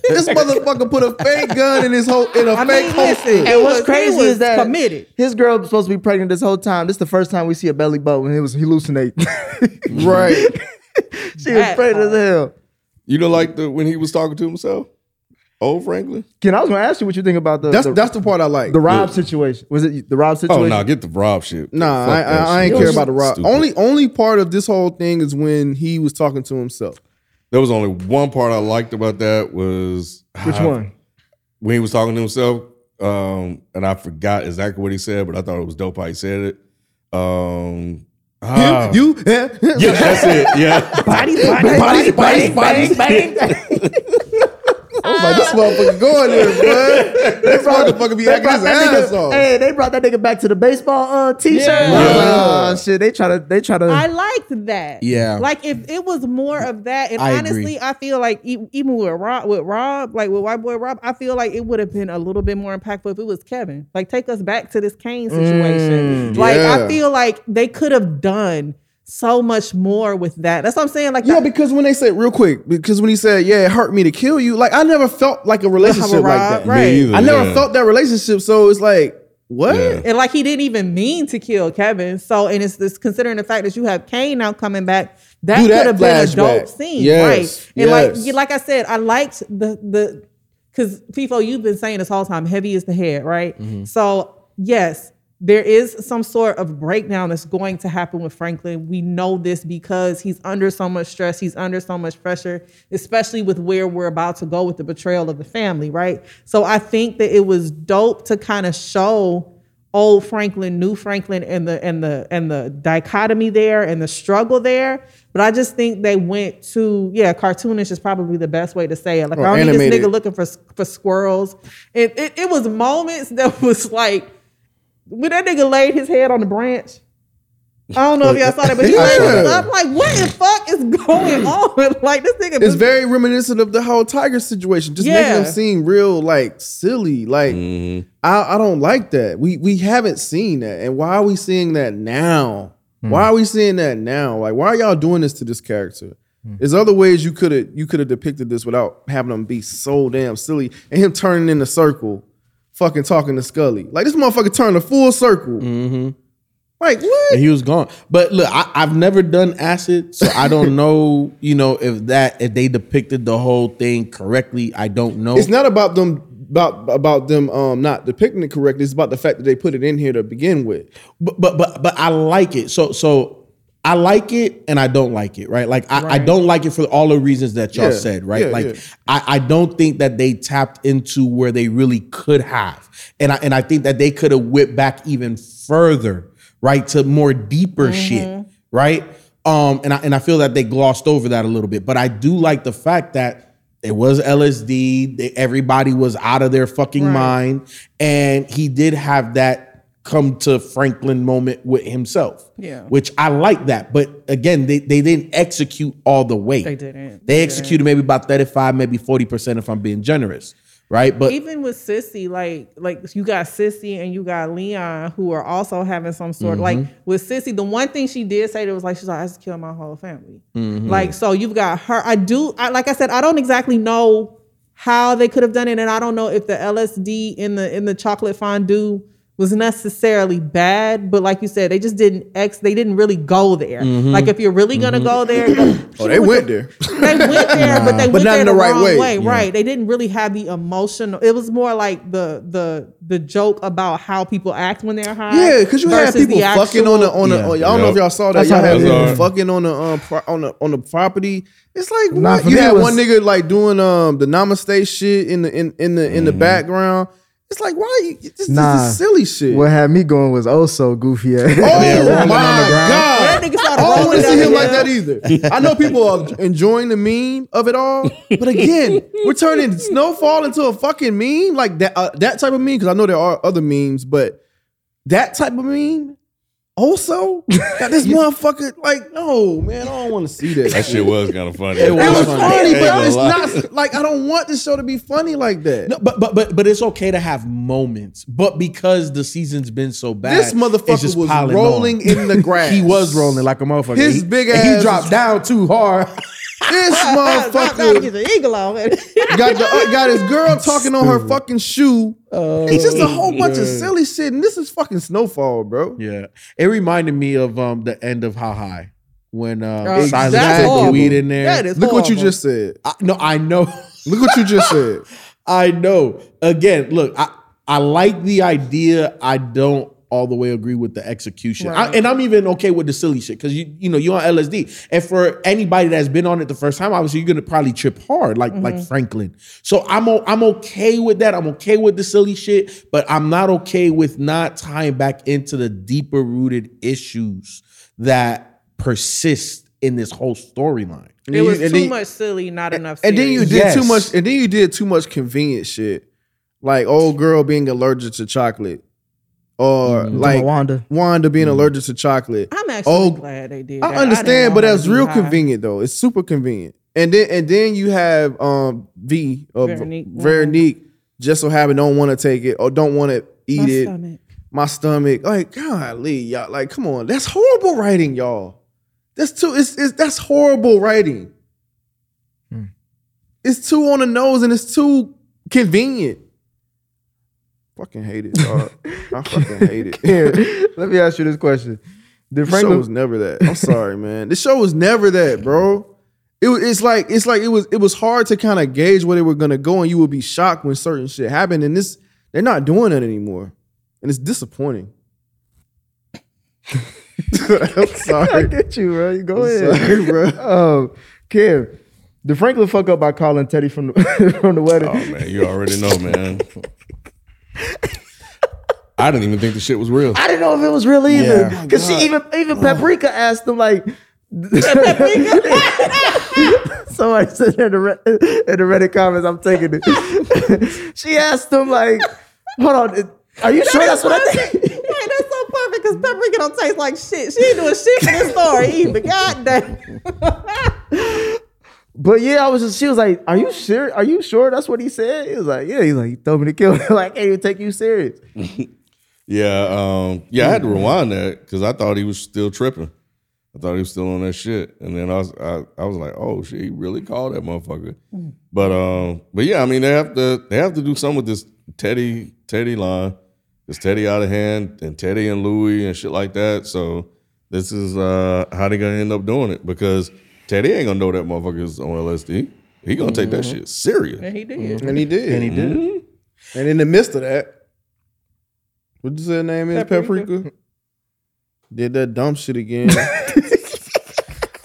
this motherfucker put a fake gun in his whole in a
I mean,
fake hole.
listen,
And
he
what's
was- he
crazy
was
is that
committed.
his girl was supposed to be pregnant this whole time. This is the first time we see a belly button. It was hallucinate.
Right.
she was
That
pregnant as hell.
You know, like the when he was talking to himself, old Franklin.
Ken, I was gonna ask you what you think about the
That's
the,
that's the part I like.
the Rob situation. Was it the Rob
Oh
situation?
no, get the Rob shit.
Nah,
Fuck
I,
that
I, I
shit.
ain't care about the rock.
Stupid.
Only only part of this whole thing is when he was talking to himself.
there was only one part I liked about that was
Which
how-
one?
when he was talking to himself, um, and I forgot exactly what he said, but I thought it was dope how he said it. Um, ah.
You, eh, eh.
yeah, that's it. Yeah,
bodies, bodies, bodies, I was like, this motherfucker going there, bud. This motherfucker be
They
acting
brought
his
that
ass
nigga-
off.
Hey, they brought that nigga back to the baseball uh, t-shirt.
Yeah.
I was like, oh, shit, they try to, they try to.
I liked that.
Yeah.
Like if it was more of that, and
I agree.
honestly, I feel like e- even with Rob, with Rob, like with White Boy Rob, I feel like it would have been a little bit more impactful if it was Kevin. Like take us back to this Kane situation. like
Mm, yeah.
I feel like they could have done so much more with that. That's what I'm saying. Like
Yeah,
that-
because when they said real quick, because when he said, "Yeah, it hurt me to kill you," like I never felt like a relationship like that.
Right.
Me either,
I never
yeah.
felt that relationship, so it's like, what?
Yeah.
And like he didn't even mean to kill Kevin. So and it's this considering the fact that you have Kane now coming back, that,
Do that
could have been a
flashback.
dope scene.
Yes,
Right. And
yes.
like yeah, like I said, I liked the the because FIFO, you've been saying this whole time, heavy is the head, right?
Mm-hmm.
So yes, there is some sort of breakdown that's going to happen with Franklin. We know this because he's under so much stress, he's under so much pressure, especially with where we're about to go with the betrayal of the family, right? So I think that it was dope to kind of show old Franklin, new Franklin, and the and the and the dichotomy there and the struggle there. But I just think they went to yeah, cartoonish is probably the best way to say it. Like
Or
I don't need this
animated.
nigga looking for for squirrels. It, it it was moments that was like when that nigga laid his head on the branch. I don't know if y'all saw that, but he laid it
Yeah.
up. Like, what the fuck is going on? Like this nigga
It's
been-
very reminiscent of the whole Tiger situation, just
Yeah.
making them seem real, like silly. Like I, I don't like that. We we haven't seen that, and why are we seeing that now? Why are we seeing that now? Like why are y'all doing this to this character? There's other ways you could have you could have depicted this without having him be so damn silly and him turning in a circle, fucking talking to Scully. Like this motherfucker turned a full circle. Like what?
And he was gone. But look, I, I've never done acid, so I don't know, you know, if that if they depicted the whole thing correctly. I don't know.
It's not about them about about them um not depicting it correctly. It's about the fact that they put it in here to begin with.
but but but but I like it. So so I like it and I don't like it, right? Like I, I don't like it for all the reasons that y'all
Yeah,
said, right?
yeah,
like
yeah.
I, I don't think that they tapped into where they really could have. And I and I think that they could have whipped back even further, right? To more deeper
Mm-hmm.
shit, right? Um and I and I feel that they glossed over that a little bit. But I do like the fact that it was LSD, they, everybody was out of their fucking mind. And he did have that come to Franklin moment with himself.
Yeah.
Which I like that. But again, they, they didn't execute all the way.
They didn't.
They executed maybe about 35, maybe 40% if I'm being generous. Right. But
even with Sissy, like like you got Sissy and you got Leon, who are also having some sort like with Sissy. The one thing she did say that was like she's like I just killed my whole family. Like so you've got her. I do. I, like I said, I don't exactly know how they could have done it, and I don't know if the LSD in the in the chocolate fondue was necessarily bad, but like you said, they just didn't ex. They didn't really go there. Like if you're really gonna go there,
Oh, they went there.
they went there, but they
But
went
not
there
in
the,
the right
wrong way.
way.
Right? They didn't really have the emotional. It was more like the the the joke about how people act when they're high.
Yeah, because you had
versus
people
the
fucking on the
actual-
on the.
Yeah.
I don't know if y'all saw that.
That's
y'all
how
had
that
people
is.
fucking on the um pro, on the on the property. It's like
Nah,
what?
for
you
me
had
it was- Mm-hmm.
one nigga like doing um the namaste shit in the in in the in the background. It's like why you this, this is silly shit.
What had me going was oh so goofy ass.
Oh my god! I don't want to see him like that either. I know people are enjoying the meme of it all, but again, we're turning snowfall into a fucking meme like that. Uh, that type of meme because I know there are other memes, but that type of meme also got this motherfucker like no man i don't want to see this
That shit was kind of funny.
it was funny, but
Ain't
it's
gonna lie.
not like i don't want this show to be funny like that
No, but but but but it's okay to have moments. But because the season's been so bad,
This motherfucker
it's just
was
piling
rolling
on.
in the grass.
he was rolling like a motherfucker.
His
He-
big
and
ass-
He dropped down too hard.
this
Gotta
motherfucker
get the eagle on it.
got the, uh, got his girl talking on her fucking shoe it's just a whole bunch of
yeah.
silly shit and this is fucking snowfall bro
yeah, it reminded me of um the end of How High when um,
Oh,
Silence
that's
put the
horrible.
weed in there.
That is- It's
look what you
horrible.
just said
Um, I, no, I know.
look what you just said
I know. Again, look, I, I like the idea. I don't all the way agree with the execution. I-
Right.
and I'm even okay with the silly shit because you you know you're on LSD. And for anybody that's been on it the first time, obviously you're gonna probably trip hard, like like Franklin. So I'm o- I'm okay with that. I'm okay with the silly shit, but I'm not okay with not tying back into the deeper rooted issues that persist in this whole storyline.
And
It
you-
was
and
too
then-
much silly, not enough.
And then you
serious.
did
Yes.
too much. And then you did too much convenient shit, like old girl being allergic to chocolate, or like
Wanda.
Wanda being allergic to chocolate.
I'm actually
Oh,
glad they did. that.
I
didn't want
understand, but
her to
that's
be
real
high.
convenient though. It's super convenient. And then and then you have um V of Veronique,
Veronique.
just so happen don't want to take it or don't want to eat
My
it.
stomach.
My stomach, like golly, y'all, like come on, that's horrible writing, y'all. That's too. It's, it's that's horrible writing. It's too on the nose and it's too convenient. Fucking hate it, dog. I fucking hate it.
Here, let me ask you this question. Did
This show
Franklin
was never that. I'm sorry, man. This show was never that, bro. It was, it's like it's like it was it was hard to kind of gauge where they were gonna go, and you would be shocked when certain shit happened. And this they're not doing that anymore, and it's disappointing. I'm
I
sorry.
get you, bro. You go
I'm
ahead.
sorry, bro.
Um, Kim, did Franklin fuck up by calling Teddy from the from the wedding?
Oh man, you already know, man. I didn't even think the shit was real.
I didn't know if it was real either.
Yeah. Oh
Cause she even even Paprika asked him like. Somebody said in the re- in the Reddit comments, I'm taking it. she asked him like, "Hold on, are you sure that's what I think?"
Hey, that's so perfect because paprika don't taste like shit. She ain't doing shit for this story either. God damn.
But yeah, I was just she was like, Are you sure? Are you sure that's what he said? He was like, Yeah, he's like, he told me to kill him. like, I can't even take you serious.
Yeah, um, yeah, I had to rewind that because I thought he was still tripping. I thought he was still on that shit, and then I was, I, I was like, oh, she really called that motherfucker. But um, but yeah, I mean, they have to, they have to do something with this Teddy, Teddy line. It's Teddy out of hand, and Teddy and Louie and shit like that. So this is uh how they gonna end up doing it because Teddy ain't gonna know that motherfucker's on LSD. He gonna take that shit serious.
and he did.
And he did. Mm-hmm. And he did.
Mhm.
And in the midst of that, what you say her name is? Paprika.
Paprika.
Did that dumb shit again.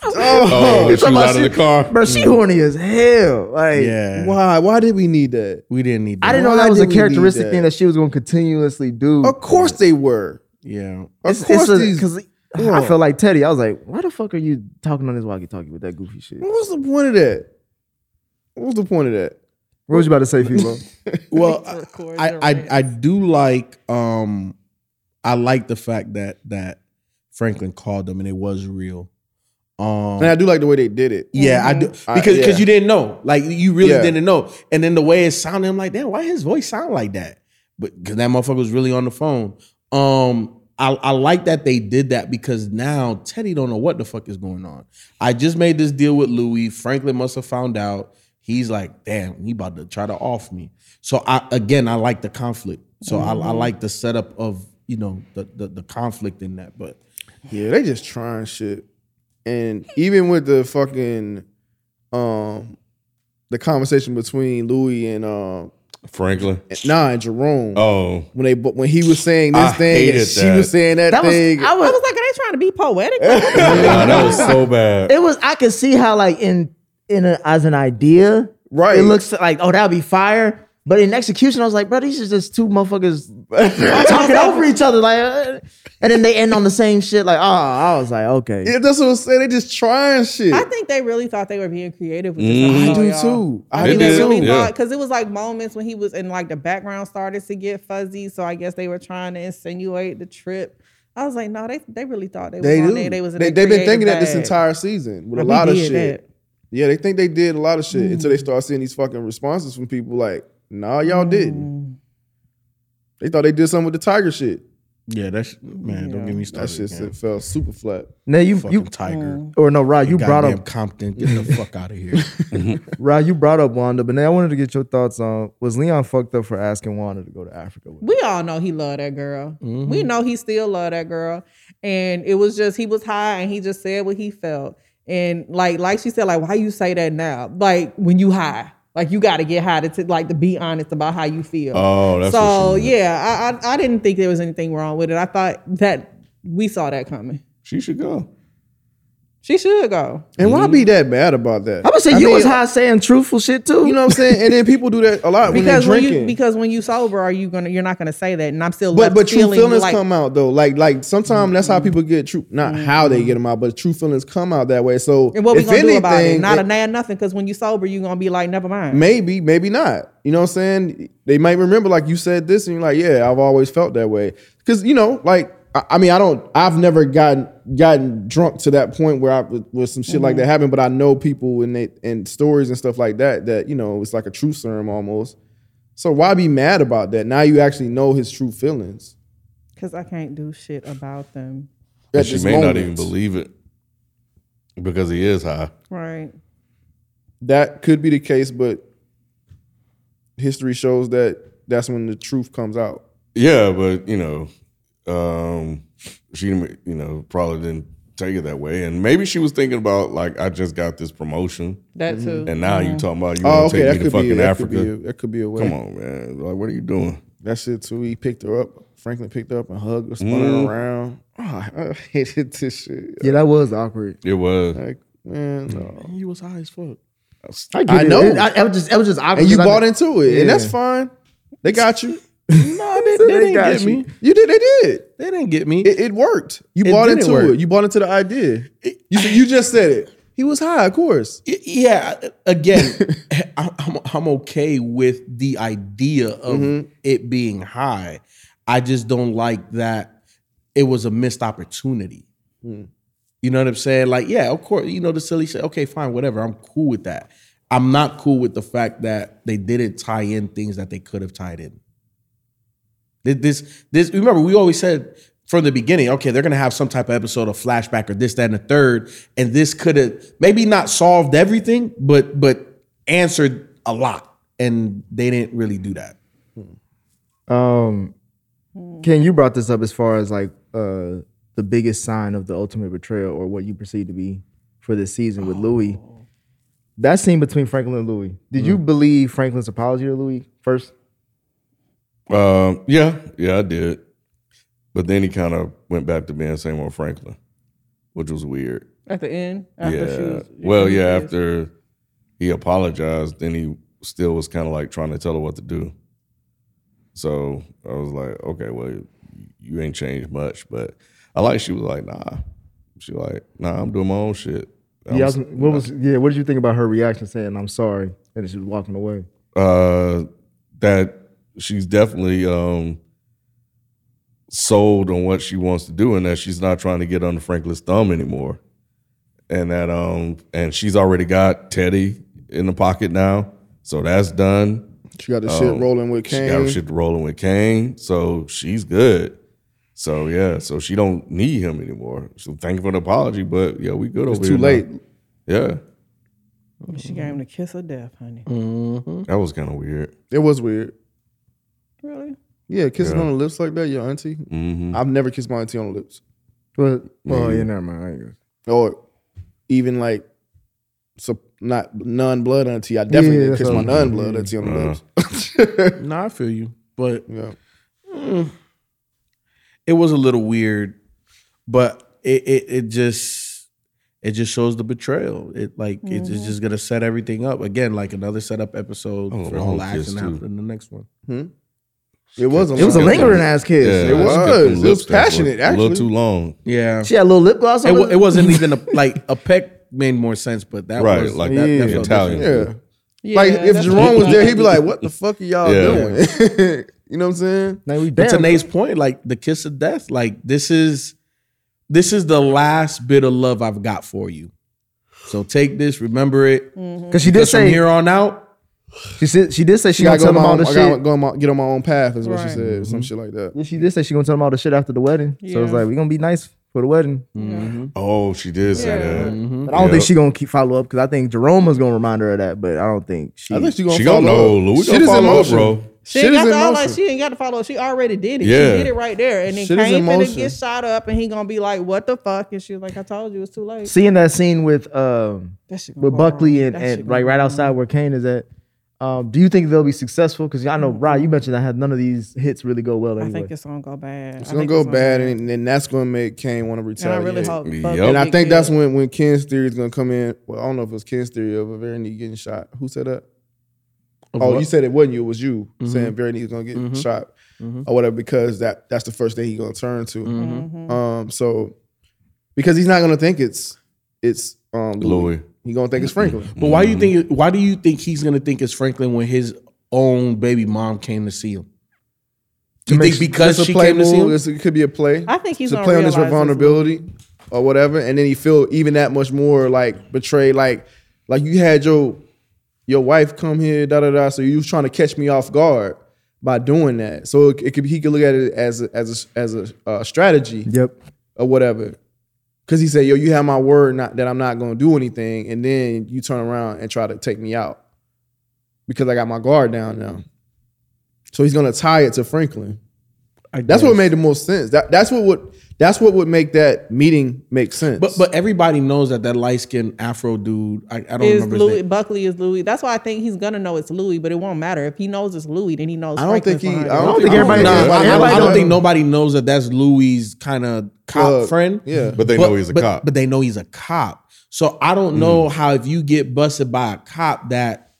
Oh, she was
Somebody
out of the
said-
car.
Bro, she horny as hell. Like
Mm. Yeah,
Why? Why did we need that?
we didn't need. That.
I didn't know
Why
that was a
did we need
characteristic
that?
thing that she was gonna continuously do.
Of course they were.
Yeah,
Of
It's- it's
course
a-
these.
'cause I
Ugh.
felt like Teddy. I was like, why the fuck are you talking on this walkie-talkie with that goofy shit?
What was the point of that? What was the point of that?
What was you about to say, Fubo?
well
to record
I,
the
I, I
rants.
i do like um i like the fact that that franklin called them and it was real um
And I do like the way they did it.
yeah i do
I-
because because
yeah.
you didn't know like you really
Yeah.
didn't know and then the way it sounded i'm like damn why his voice sound like that but because that motherfucker was really on the phone um I, I like that they did that because now Teddy don't know what the fuck is going on. I just made this deal with Louis. Franklin must have found out. He's like, damn, he about to try to off me. So I again, I like the conflict. So I, I like the setup of you know the, the the conflict in that. But
Yeah, they just trying shit. And even with the fucking um the conversation between Louis and um
Franklin.
nah and Jerome.
Oh,
When they bo- when he was saying
I
this thing and
hated
she
that.
was saying that,
That was
thing.
I
I was
was
like, are they trying to be poetic? Like,
Yeah, that was so bad.
it was I could see how like in in a, as an idea,
Right.
It looks like, oh, that'd be fire. But in execution, I was like, bro, these are just two motherfuckers talking over each other. Like, uh, and then they end on the same shit. Like, oh, I was like, okay.
Yeah, that's what I'm saying. They just trying shit.
I think they really thought they were being creative with this.
Mhm.
episode,
I do
y'all.
too.
I,
They
think they
did.
really
Yeah.
thought because it was like moments when he was in like the background started to get fuzzy. So I guess they were trying to insinuate the trip. I was like, no, they they really thought they,
They
was
do.
on there. They was in
they,
their
they've been
creative
thinking that this
bag.
entire season with a
Like, we
lot of
did
shit. Yeah, they think they did a lot of shit until
Mm.
they start seeing these fucking responses from people like, nah, y'all
Mm.
didn't. They thought they did something with the tiger shit.
Yeah, that's man. Don't get me started.
That shit s- fell super flat.
Now you
Fucking
you
tiger.
or no, Rod, you brought
Goddamn
up
Compton. Get the fuck out of here.
Rod, you brought up Wanda, but now I wanted to get your thoughts on was Leon fucked up for asking Wanda to go to Africa? with him?
We all know he loved that girl.
Mhm.
Mm-hmm.
We know he still loved that girl. And it was just he was high and he just said what he felt. And like like she said, like why you say that now? Like when you high, like you got to get high to t- like to be honest about how you feel.
Oh, that's
so
what she meant.
yeah. I, I I didn't think there was anything wrong with it. I thought that we saw that coming.
She should go.
She should go.
And why be that mad about that?
I'm gonna Mm. say
I
you
mean,
was high saying truthful shit too.
You know what I'm saying? And then people do that a lot when they're
Because when,
drinking.
you because when you sober, are you gonna you're not gonna say that? And I'm still
but
left
but true
feeling
feelings
like, Mm.
come out though. Like like sometimes that's how people get true. Not how they get them out, but true feelings come out that way. So
And what we
if
gonna do about it?
anything,
Not
it-
a nah, nothing. Because when you sober, you gonna be like, never mind.
Maybe, maybe not. You know what I'm saying? They might remember like you said this, and you're like, yeah, I've always felt that way. Because you know, like I, I mean, I don't. I've never gotten gotten drunk to that point where I was some shit like
Mm-hmm.
Mhm.
that happened. But I know people and they and stories and stuff like that that you know it's like a truth serum almost. So why be mad about that? Now you actually know his true feelings.
Because I can't do shit about them.
At
And she
this
may not
moment.
even believe it because he is high.
Right.
That could be the case, but history shows that that's when the truth comes out.
Yeah, but you know, um, she you know probably didn't take it that way, and maybe she was thinking about like I just got this promotion,
That too.
and now you
Mhm.
talking about you
Oh,
want
okay,
to
that
take me to
could be-
fucking
that could
Africa?
be a- that could be a way.
Come on, man! Like, what are you doing?
That shit too. He picked her up. Franklin picked her up and hugged her, spun
Mm.
her around. Oh, I hated this shit.
Yeah, that was awkward.
It was.
Like, man, no.
He was high as fuck.
I, get
I
it.
know.
It, I, I was just, it was just awkward.
And you
'cause I-
bought into it, and that's
Yeah.
fine. They got you.
No, they, they, didn't
got
get
you.
me.
You did. They did.
They didn't get me.
It, it worked. You
It
bought
didn't
into
work.
it. You bought into the idea. You you just said it. He was high, of course.
Y- yeah again I- I'm, I'm okay with the idea of it being high i just don't like that it was a missed opportunity you know what i'm saying like yeah of course you know the silly shit okay fine whatever i'm cool with that i'm not cool with the fact that they didn't tie in things that they could have tied in Th- this this remember we always said from the beginning, okay, they're gonna have some type of episode of flashback or this, that, and the third, and this could have maybe not solved everything, but but answered a lot, and they didn't really do that.
Um, Ken, you brought this up as far as like uh the biggest sign of the ultimate betrayal or what you perceive to be for this season with Louis. That scene between Franklin and Louis. Did you believe Franklin's apology to Louis first?
Um, yeah, yeah, I did, but then he kind of went back to being Samuel Franklin, which was weird.
At the end, after
yeah.
she was-
well, yeah.
yes.
After he apologized, then he still was kind of like trying to tell her what to do. So I was like, okay, well, you ain't changed much, but I like. She was like, nah. She like, nah. I'm doing my own shit. I'm
yeah, I was- what was yeah? What did you think about her reaction saying "I'm sorry" and then she was walking away?
uh, that she's definitely um, sold on what she wants to do, and that she's not trying to get under Franklin's thumb anymore, and that um, and she's already got Teddy in the pocket now, so that's done.
She got the shit rolling with
She got her
Kane.
shit rolling with Kane, so she's good. So yeah, so she don't need him anymore. So thank you for the apology, but yeah, we good
It's
over here
too
now.
late.
Yeah,
she gave him the kiss of death, honey.
Mm.
that was kind of weird.
It was weird.
Really?
Yeah, kissing
Yeah.
on the lips like that, your auntie.
Mhm.
I've never kissed my auntie on the lips.
Well, well,
Yeah.
oh, yeah, never mind. I ain't gonna-
or even like so not non blood auntie. I definitely
Yeah,
did
that's
kiss
what
my
I'm
non
saying.
blood auntie on the
Uh-huh.
lips.
No, I feel you, but
Yeah.
mm, it was a little weird, but it it, it just it just shows the betrayal. It like it's, it's just gonna set everything up again, like another setup episode
Oh,
for
long
all
kiss,
action
too.
after the next one.
Hmm? It was.
It was a lingering ass kiss.
Yeah,
It
I
was.
skipped them
It was
lips. That's
passionate,
A little
actually.
too long.
Yeah,
She had a little lip gloss on
It, wa-
it?
it wasn't even a, like a peck made more sense, but that
Right,
was
like
that,
yeah.
that felt
Italian.
different.
Yeah. Like if Jerome was there, he'd be like, "What the fuck are y'all
Yeah.
doing?" you know what I'm saying?
Like we
But to
damn.
Nate's point, like the kiss of death, like this is this is the last bit of love I've got for you. So take this, remember it.
Because she did
from
Mm. say
here on out,
she said she did say she
She gotta
gonna tell
go my
them all
own,
the
I gotta
shit.
go on my, get on my own path, is what
Right. Mm-hmm.
she said, or some shit like that.
Yeah, She did say she gonna tell them all the shit after the wedding. So it's
Yeah.
like we gonna be nice for the wedding.
Oh, she did say
Yeah.
that.
But I don't think
Yeah.
she gonna keep follow up because I think Jerome was gonna remind her of that. But I don't think she.
I think she gonna
She
follow
gonna know.
up.
Lou, we
Shit
gonna
is in
follow up,
motion.
bro.
She
Shit
ain't
is
got
in
to act like
motion.
she ain't got to follow. She already did it.
Yeah.
She did it right there, and then
Shit is
came
in
finna
motion.
get shot up, and he gonna be like, "What the fuck?" And she was like, "I told you, it's too late."
seeing that scene with um
That shit gonna
with
go
Buckley
wrong.
and,
That shit
and
gonna
like
go
right
wrong.
outside where Kane is at. Um, do you think they'll be successful? Because I know, Rod, you mentioned I had none of these hits really go well
Mm, I
anyway.
think it's gonna go bad.
It's gonna go bad, and then that's gonna make Kane want to
and I
retaliate.
really hope.
Yup.
Buckley
And
And I
get
think that's
killed.
when when Ken's theory is gonna come in. Well, I don't know if it was Ken's theory of Verity getting shot. Who said that? oh, you said it wasn't you. It was you
Mm-hmm.
saying Veronity's gonna get shot or whatever because that that's the first thing he's gonna turn to.
Mm-hmm.
Mm-hmm.
Um, so because he's not gonna think it's it's um
Louis.
He gonna think it's Franklin.
But why do you think why do you think he's gonna think it's Franklin when his own baby mom came to see him? Do you
make-
think because
it's a
she
play
came to see
move,
him?
it's- It could be a play.
I think he's
to
gonna
play on his
realize it's-
vulnerability or whatever, and then he feel even that much more like betrayed. Like like you had your your wife come here, da da da. So you was trying to catch me off guard by doing that. So it, it could he could look at it as a, as a, as a uh, strategy
Yep.
or whatever. Cause he said, "Yo, you have my word not, that I'm not gonna do anything," and then you turn around and try to take me out because I got my guard down now. So he's gonna tie it to Franklin. That's what made the most sense. That that's what would that's what would make that meeting make sense.
But but everybody knows that that light skinned Afro dude. I, I don't
Is
remember his
Louis
name.
Buckley is Louis? That's why I think he's gonna know it's Louis, but it won't matter if he knows it's Louis. Then he knows.
I don't
Franklin's
think he. I
behind
don't,
it.
think everybody-
Nah, I,
everybody
don't- I don't
knows.
think nobody knows that that's Louis' kind of cop
Uh,
friend.
Yeah,
But they know he's a
but,
cop. Mm.
But they know he's a cop. So I don't know how if you get busted by a cop that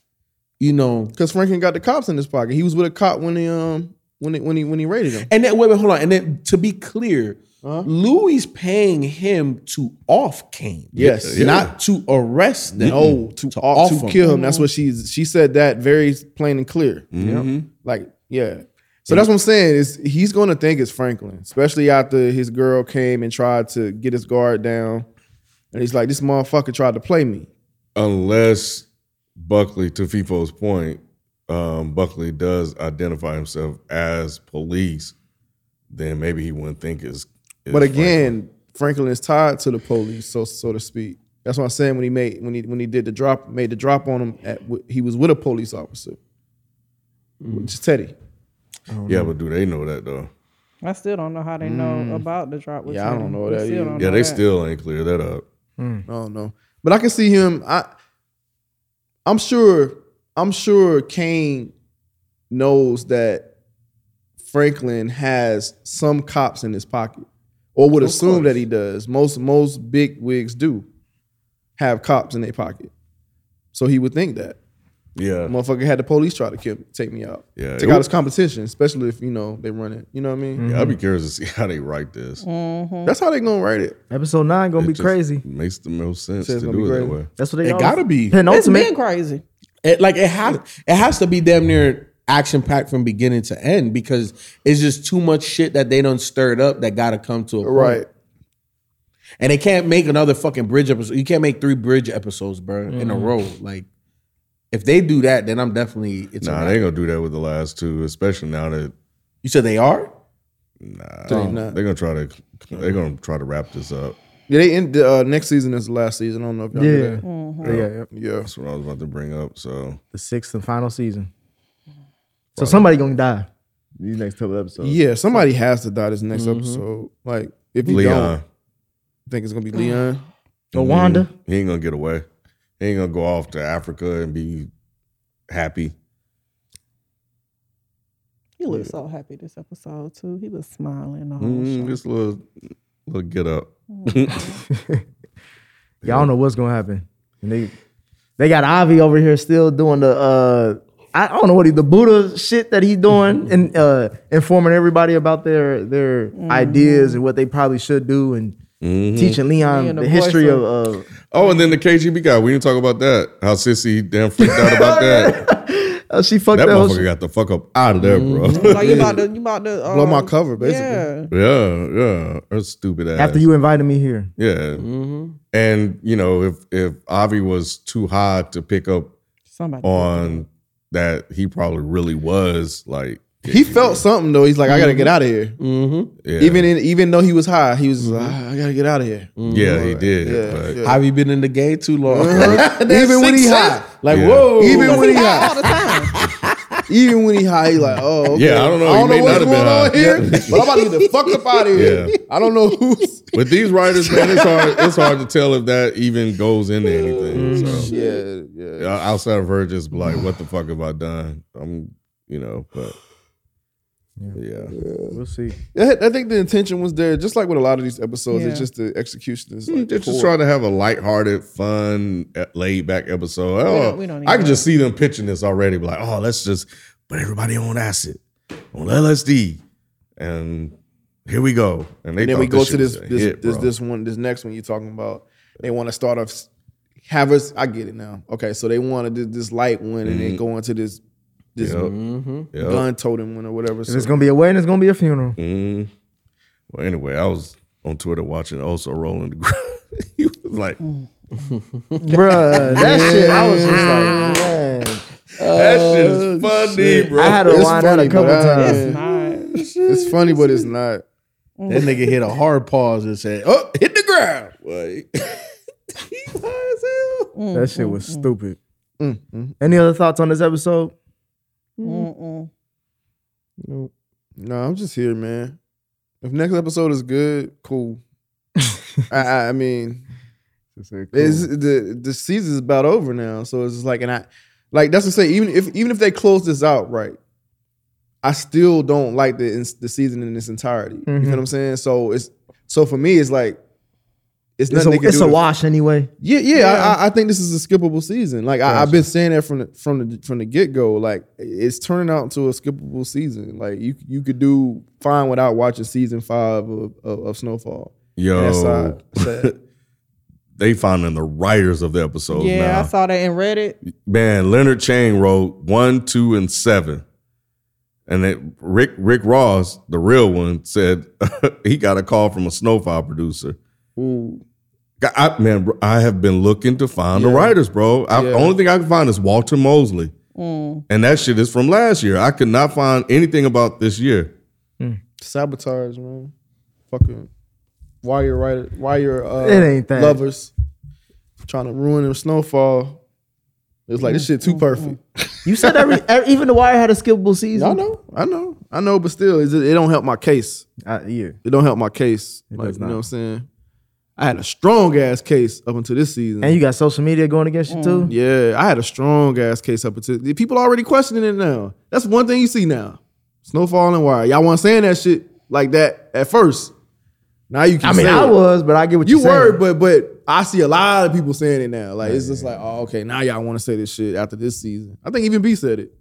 you know.
because Franklin got the cops in his pocket. He was with a cop when he um when he when he when he raided him.
And then wait, wait, hold on. And then to be clear, Louis paying him to off Kane.
Yes.
Yeah.
not to arrest them.
No, to,
To
to,
off him.
kill him. That's what she's she said that very plain and clear. Like, yeah. So that's what I'm saying is he's going to think it's Franklin, especially after his girl came and tried to get his guard down, and he's like, "This motherfucker tried to play me."
Unless Buckley, to FIFO's point, um, Buckley does identify himself as police, then maybe he wouldn't think it's. it's
But again, Franklin is tied to the police, so so to speak. That's what I'm saying when he made when he when he did the drop made the drop on him. At, he was with a police officer, which is Teddy.
Franklin. yeah, but do they know that though?
I still don't know how they know about the drop. With
Yeah, I
Teddy.
don't know
We
that
still
either.
Mm. don't
Yeah,
know
they
that.
still ain't clear that up.
I don't know. But I can see him. I I'm sure I'm sure Kane knows that Franklin has some cops in his pocket. Or would assume that he does. Most most big wigs do have cops in their pocket. So he would think that.
Yeah,
Motherfucker had the police try to kill me, take me out.
Yeah, it
Take
Mm-hmm.
out
would-
his competition, especially if, you know, they run it. You know what I mean?
yeah, I'd be curious to see how they write this.
That's how they gonna write it.
Episode nine gonna
It
be
just
crazy.
Makes the most sense
Says
to
gonna be
do it that
crazy.
way.
That's what they.
It
always-
gotta be.
It's
Penultimate.
been crazy.
It, like it has it has to be damn near action packed from beginning to end because it's just too much shit that they done stirred up that gotta come to a point.
Right.
And they can't make another fucking bridge episode. You can't make three bridge episodes, bro, in a row. Like if they do that, then I'm definitely it's a
Nah,
wrap.
they ain't gonna do that with the last two, especially now that
You said they are?
They
Oh,
not.
They're gonna try to they're gonna try to wrap this up.
Yeah, they end the uh, next season is the last season. I don't know if y'all
Yeah.
knew that.
Yeah, yeah.
Yeah.
That's what I was about to bring up. So
The sixth and final season. So somebody gonna die. These next couple episodes.
Yeah, somebody has to die this next episode. Like, if you don't,
Leon,
I think it's gonna be Leon.
Go Wanda.
Mm-hmm. he ain't gonna get away. He ain't gonna go off to Africa and be happy.
He looked so happy this episode too. He was smiling the whole
Mm,
show.
just a little little get up.
Y'all don't know what's gonna happen. And they they got Avi over here still doing the uh I I don't know what he the Buddha shit that he
Mm-hmm.
doing and uh informing everybody about their their ideas and what they probably should do and
Mm-hmm.
teaching Leon
Yeah,
the,
the
history
voice
of,
of-
of
Oh, and then the KGB guy. We didn't talk about that. How sissy damn freaked out about that.
Oh, she fucked
that
that whole
motherfucker.
shit.
got the fuck up out of there, bro.
Like you about to, you about to
Blow my
um,
cover, basically.
Yeah.
Yeah, yeah. Her stupid ass.
after you invited me here.
Yeah. And you know, if if Avi was too high to pick up
Somebody.
on that, he probably really was like
He felt something though. He's like, I gotta get out of here.
Yeah.
Even in, even though he was high, he was like, "Ah, I gotta get out of here.
Yeah, he did. but-
Have you been in the game too long?
Even when he
sixth
high,
sense. Like,
Yeah.
whoa.
even when he high, even when he high, he like, oh, okay.
Yeah, I don't know.
I
He
don't
may
know
not
what's going on
have been
here, but I'm about to get the fuck up out of here.
Yeah.
I don't know who's.
With these writers, man, it's hard. It's hard to tell if that even goes into
Mm,
anything. So.
Yeah,
Yeah, Outside of her, just be like, what the fuck have I done? I'm, you know, but yeah,
We'll see.
I I think the intention was there, just like with a lot of these episodes. It's
Yeah.
just the execution is
They're
like
just
poor.
trying to have a lighthearted, fun, laid back episode. Oh,
we don't
I
even
can just see them pitching this already. Be like, oh, let's just put everybody on acid, on LSD, and here we go. And, they
and then
thought
we go
shit
to this
was a
this
hit,
this,
bro.
this one this next one you're talking about. They want to start off have us. I get it now. Okay, so they wanted this, this light one, and then
Mhm.
go into this this
Yep. Yep.
gun totem one or whatever.
If it's gonna be a wedding, it's gonna be a funeral.
Mm. Well, anyway, I was on Twitter watching also rolling the ground. he was like,
Bruh, that shit, I was just like, man.
That shit
Oh,
is funny, bro.
I had to
It's
rewind that a
funny,
couple
but, uh,
times.
It's it's funny, but it's not.
That nigga hit a hard pause and said, "Oh, hit the ground." Like,
Mm-hmm.
That shit was stupid. Mm-hmm. Any other thoughts on this episode?
Mm-mm.
No, no, I'm just here, man. If next episode is good, cool. I- I, I mean, it's, the the season's about over now, so it's just like, and I like that's to say, even if even if they close this out right, I still don't like the ins- the season in its entirety. You
Mhm.
know what I'm saying? So it's so for me, it's like it's,
It's
nothing.
a,
they can
it's
do
a
to-
wash anyway.
yeah, yeah. I I, I think this is a skippable season. Like I, I've been saying that from the, from the from the get go. Like it's turning out to a skippable season. Like you you could do fine without watching season five of of, of Snowfall. And that's
yo,
sad. Sad.
they finding the writers of the episode
yeah,
now.
I saw that in Reddit.
Man, Leonard Chang wrote one, two, and seven. And then Rick Rick Ross, the real one, said he got a call from a snowfall producer.
Ooh.
God, I, man, bro, I have been looking to find the
Yeah.
writers, bro. I,
Yeah.
The only thing I can find is Walter Mosley,
Mm.
and that shit is from last year. I could not find anything about this year.
sabotage, man. Fucking why you're right, why you're uh,
It ain't that.
lovers trying to ruin their Snowfall. It's like this shit too perfect.
You said every, every even the wire had a skippable season.
I know, I know, I know, but still, it's, it don't help my case.
Uh, yeah,
It don't help my case.
It
like,
does
you know
not.
what I'm saying? I had a strong ass case up until this season.
and you got social media going against you too.
yeah, I had a strong ass case up until the people already questioning it now. That's one thing you see now. Snowfall and wire. Y'all weren't saying that shit like that at first. Now you can
I mean,
say
I
it.
was, but I get what
You
you
were, but but I see a lot of people saying it now. Like it's just like, oh, okay, now y'all want to say this shit after this season. I think even B said it.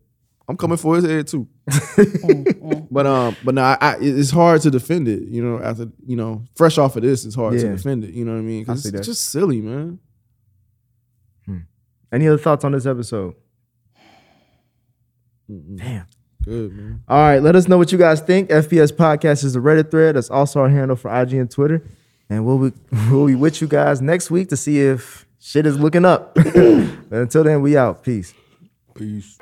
I'm coming for his head too.
Mm,
but um, but no, I, I, it- it's hard to defend it. You know, after you know, fresh off of this, it's hard to
Yeah.
defend it. You know what I mean? 'Cause
I see
it's
that.
just silly, man.
Any other thoughts on this episode? Damn.
Good man.
All right, let us know what you guys think. FPS Podcast is the Reddit thread. That's also our handle for IG and Twitter. And we'll be, we'll be with you guys next week to see if shit is looking up. but until then, we out. Peace.
peace.